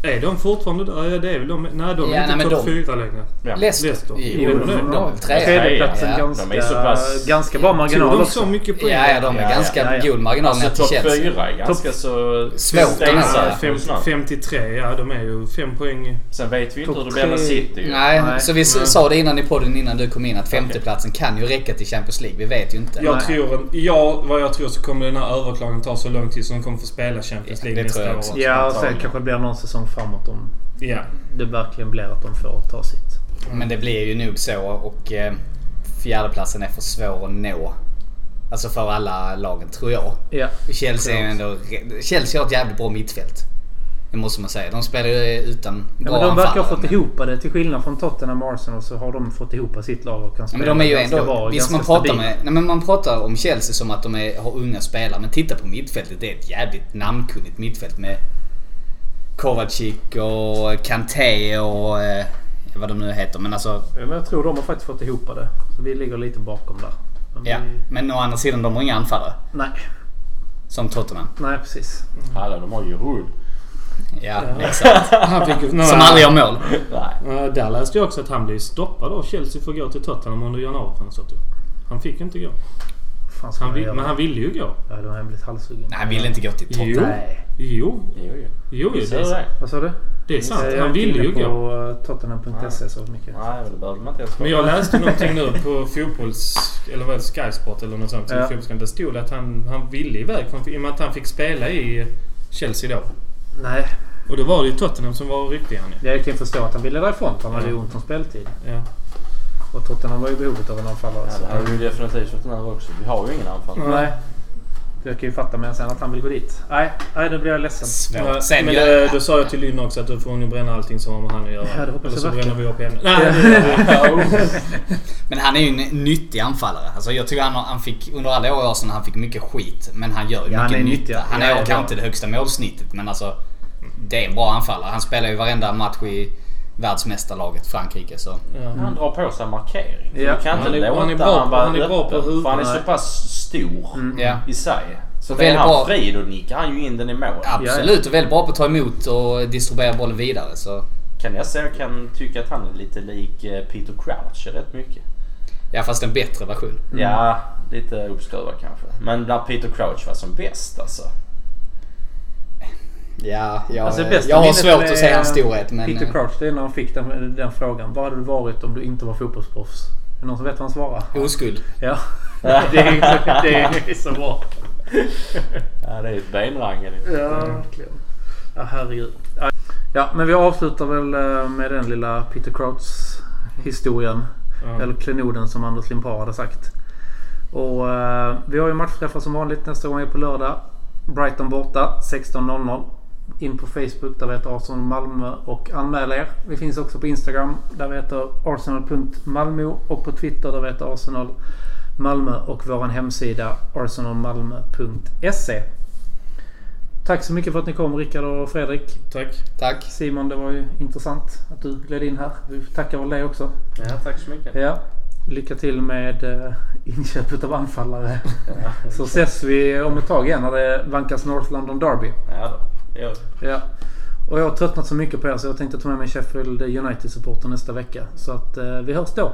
[SPEAKER 4] Är de fortfarande där? Ja, det är väl de. Nej, de är
[SPEAKER 3] Ja, nej,
[SPEAKER 4] inte
[SPEAKER 3] men
[SPEAKER 4] topp
[SPEAKER 3] de-
[SPEAKER 4] fyra längre.
[SPEAKER 5] Ja.
[SPEAKER 3] Leicester.
[SPEAKER 4] Leicester.
[SPEAKER 3] Jo,
[SPEAKER 4] Jo,
[SPEAKER 3] de-
[SPEAKER 4] det är
[SPEAKER 3] de är trea.
[SPEAKER 2] Tredjeplatsen
[SPEAKER 3] Ja,
[SPEAKER 2] ganska,
[SPEAKER 5] de är så pass-
[SPEAKER 2] ganska bra
[SPEAKER 4] Tog
[SPEAKER 2] marginal
[SPEAKER 4] de så
[SPEAKER 2] också.
[SPEAKER 4] mycket
[SPEAKER 3] Ja,
[SPEAKER 4] poäng?
[SPEAKER 3] ja, de
[SPEAKER 5] Ja,
[SPEAKER 3] är
[SPEAKER 5] ja,
[SPEAKER 3] ganska
[SPEAKER 2] ja, ja.
[SPEAKER 3] god marginal
[SPEAKER 5] Alltså
[SPEAKER 3] ner till
[SPEAKER 5] topp
[SPEAKER 3] Chelsea.
[SPEAKER 5] fyra är ganska så
[SPEAKER 3] Svårt att
[SPEAKER 5] stensat
[SPEAKER 3] nära.
[SPEAKER 5] just nu.
[SPEAKER 4] 53, ja de är ju fem poäng.
[SPEAKER 5] Sen vet vi inte
[SPEAKER 2] Topp
[SPEAKER 5] hur det blir med
[SPEAKER 2] tre.
[SPEAKER 5] City ju.
[SPEAKER 3] Nej,
[SPEAKER 2] Nej.
[SPEAKER 3] så vi s- sa det innan i podden innan du kom in att femteplatsen kan ju räcka till Champions League. Vi vet ju inte.
[SPEAKER 4] Jag
[SPEAKER 2] Nej.
[SPEAKER 4] tror, jag, vad jag tror så kommer den här överklagan ta så lång tid så de kommer få spela Champions
[SPEAKER 3] Ja,
[SPEAKER 4] League
[SPEAKER 3] det tror jag
[SPEAKER 4] nästa år.
[SPEAKER 3] också.
[SPEAKER 2] Ja, och sen
[SPEAKER 5] Antagligen.
[SPEAKER 2] kanske det blir någon säsong framåt om
[SPEAKER 4] Ja.
[SPEAKER 2] det verkligen blir att de får ta sitt.
[SPEAKER 3] Men det blir ju nog så och eh, fjärdeplatsen är för svår att nå. Alltså för alla lagen tror jag.
[SPEAKER 2] Ja.
[SPEAKER 3] Chelsea är ju ändå... re- Chelsea har ett jävligt bra mittfält. Det måste man säga. De spelar ju utan
[SPEAKER 2] Ja,
[SPEAKER 3] bra
[SPEAKER 2] men de verkar ha
[SPEAKER 3] anfallare,
[SPEAKER 2] fått
[SPEAKER 3] men-
[SPEAKER 2] ihop det. Till skillnad från Tottenham och Arsenal så har de fått ihop sitt lag och kan
[SPEAKER 3] Ja,
[SPEAKER 2] spela
[SPEAKER 3] men de är ju
[SPEAKER 2] ganska bra
[SPEAKER 3] ändå...
[SPEAKER 2] och
[SPEAKER 3] Visst man
[SPEAKER 2] ganska
[SPEAKER 3] pratar,
[SPEAKER 2] stabilt.
[SPEAKER 3] med, nej, men man pratar om Chelsea som att de är, har unga spelare. Men titta på mittfältet. Det är ett jävligt namnkunnigt mittfält med Kovacic och Kanté och eh, vad de nu heter. Men alltså...
[SPEAKER 2] Ja, Men jag tror de har faktiskt fått ihop det. Så vi ligger lite bakom där. Men
[SPEAKER 3] Ja.
[SPEAKER 2] vi...
[SPEAKER 3] Men å andra sidan, de har inga anfallare.
[SPEAKER 2] Nej,
[SPEAKER 3] Som Tottenham.
[SPEAKER 2] nej precis.
[SPEAKER 5] Alla de har ju Hood.
[SPEAKER 3] Ja, exakt.
[SPEAKER 2] <laughs>
[SPEAKER 4] Han fick ju-
[SPEAKER 3] Som aldrig gör mål.
[SPEAKER 5] Nej.
[SPEAKER 4] Eh, Där läste jag också att han blev stoppad av Chelsea för att gå till Tottenham under januari. Han, sa typ. han fick ju inte gå.
[SPEAKER 2] Fan ska
[SPEAKER 4] Han
[SPEAKER 2] man
[SPEAKER 4] vill,
[SPEAKER 2] göra?
[SPEAKER 4] men han ville ju gå.
[SPEAKER 2] Ja, då har han blivit halshuggen.
[SPEAKER 3] Nej, han ville inte gå till Tottenham.
[SPEAKER 2] Nej.
[SPEAKER 4] Jo,
[SPEAKER 5] Jo, jo.
[SPEAKER 4] jo,
[SPEAKER 5] Visst
[SPEAKER 4] det,
[SPEAKER 5] är det
[SPEAKER 4] är,
[SPEAKER 5] det.
[SPEAKER 2] Vad sa du?
[SPEAKER 4] det är sant.
[SPEAKER 2] Jag är
[SPEAKER 4] Han
[SPEAKER 2] inte
[SPEAKER 4] ville
[SPEAKER 2] inne
[SPEAKER 4] ju gå.
[SPEAKER 2] på eh, Tottenham.se så mycket.
[SPEAKER 5] Nej, men det behöver man inte ens
[SPEAKER 4] Men jag läste någonting nu på fotbolls... Eller vad är det? Sky Sport eller något sånt.
[SPEAKER 2] Ja.
[SPEAKER 4] Ja. Det stod att han, han ville iväg från, i och med att han fick spela i Chelsea då.
[SPEAKER 2] Nej,
[SPEAKER 4] Och då var det ju Tottenham som var och ryckte i han ju.
[SPEAKER 3] Mm.
[SPEAKER 2] jag kan ju förstå att han ville därifrån för han hade ju ont om speltid.
[SPEAKER 4] ja.
[SPEAKER 2] Och Tottenham var ju i behovet av en anfallare.
[SPEAKER 5] Ja,
[SPEAKER 2] så-
[SPEAKER 5] det hade vi ju definitivt fått den här också. Vi har ju ingen anfallare.
[SPEAKER 2] Nej. Jag kan ju fatta men sen att han vill gå dit. Nej, nej då blir jag ledsen.
[SPEAKER 3] Svårt.
[SPEAKER 4] Sen
[SPEAKER 3] Sen
[SPEAKER 4] men
[SPEAKER 3] gör
[SPEAKER 2] eh,
[SPEAKER 4] det,
[SPEAKER 3] jag...
[SPEAKER 4] då sa jag till Lynn också att du får nog bränna allting som har med han att göra.
[SPEAKER 2] Ja, det hoppas
[SPEAKER 4] Eller så
[SPEAKER 2] jag verkligen.
[SPEAKER 4] bränner vi upp henne. Nej, det gör vi.
[SPEAKER 3] Men han är ju en nyttig anfallare. Alltså jag tycker han, har- han fick, under alla år sedan han fick mycket skit. Men han gör ju
[SPEAKER 2] Ja, han
[SPEAKER 3] mycket
[SPEAKER 2] är
[SPEAKER 3] nytta.
[SPEAKER 2] nyttig, ja.
[SPEAKER 3] Han
[SPEAKER 2] Ja,
[SPEAKER 3] är
[SPEAKER 2] ja,
[SPEAKER 3] kanske
[SPEAKER 2] ja.
[SPEAKER 3] inte det högsta målsnittet men alltså. Det är en bra anfallare. Han spelar ju varenda match i världsmästarlaget Frankrike så.
[SPEAKER 4] Ja.
[SPEAKER 5] Han drar på sig markering.
[SPEAKER 2] Ja.
[SPEAKER 5] Ja. Du kan
[SPEAKER 4] Han
[SPEAKER 5] inte
[SPEAKER 4] är-
[SPEAKER 5] låta
[SPEAKER 4] han är bra på-
[SPEAKER 5] bara
[SPEAKER 4] han är bra på Mm.
[SPEAKER 5] öppen,
[SPEAKER 4] huvudet.
[SPEAKER 5] För han är
[SPEAKER 2] Nej.
[SPEAKER 5] så pass stor
[SPEAKER 3] Ja.
[SPEAKER 5] i sig. Så
[SPEAKER 3] Och
[SPEAKER 5] är
[SPEAKER 3] väldigt bra.
[SPEAKER 5] han fri då nickar han ju in den i mål.
[SPEAKER 3] Absolut och väldigt bra på att ta emot och distribuera bollen vidare så.
[SPEAKER 5] Kan jag säga jag kan tycka att han är lite lik eh, Peter Crouch rätt mycket.
[SPEAKER 3] Ja fast en bättre version.
[SPEAKER 4] Mm.
[SPEAKER 5] Ja, lite uppskruvad kanske. Men när Peter Crouch var som bäst alltså.
[SPEAKER 3] Ja, eh, jag,
[SPEAKER 2] Alltså, det bästa
[SPEAKER 3] jag har
[SPEAKER 2] minnet
[SPEAKER 3] svårt
[SPEAKER 2] med
[SPEAKER 3] att se hans storhet men...
[SPEAKER 2] Peter
[SPEAKER 3] eh,
[SPEAKER 2] Crouch, det är när han fick den, den frågan. Vad hade du varit om du inte var fotbollsproffs? Är det någon som vet vad han svarar?
[SPEAKER 3] Oskuld. <laughs>
[SPEAKER 2] Ja. det, är, det är så bra.
[SPEAKER 5] Ja, det är ett benrangel.
[SPEAKER 2] Ja, verkligen. Ja, herregud. Ja, men vi avslutar väl eh, med den lilla Peter Crouch-historien.
[SPEAKER 4] Ja.
[SPEAKER 2] Eller klenoden som Anders Limpar hade sagt. Och eh, vi har ju matchträffar som vanligt. Nästa gång är på lördag. Brighton borta 16.00. In på Facebook där vi heter Arsenal Malmö och anmäl er. Vi finns också på Instagram där vi heter arsenal.malmo och på Twitter där vi heter Arsenal Malmö och vår hemsida arsenalmalmo.se. Tack så mycket för att ni kom Rickard och Fredrik.
[SPEAKER 4] Tack.
[SPEAKER 3] Tack.
[SPEAKER 2] Simon, det var ju intressant att du gled in här. Vi tackar väl dig också.
[SPEAKER 5] Ja, tack så mycket.
[SPEAKER 2] Ja. Lycka till med eh, inköpet av anfallare. <laughs> Så ses vi om ett tag igen när det vankas North London Derby.
[SPEAKER 5] Ja, då. det gör vi.
[SPEAKER 2] Ja. Och jag har tröttnat så mycket på er så jag tänkte ta med mig Sheffield United-supporter nästa vecka. Så att eh, vi hörs då.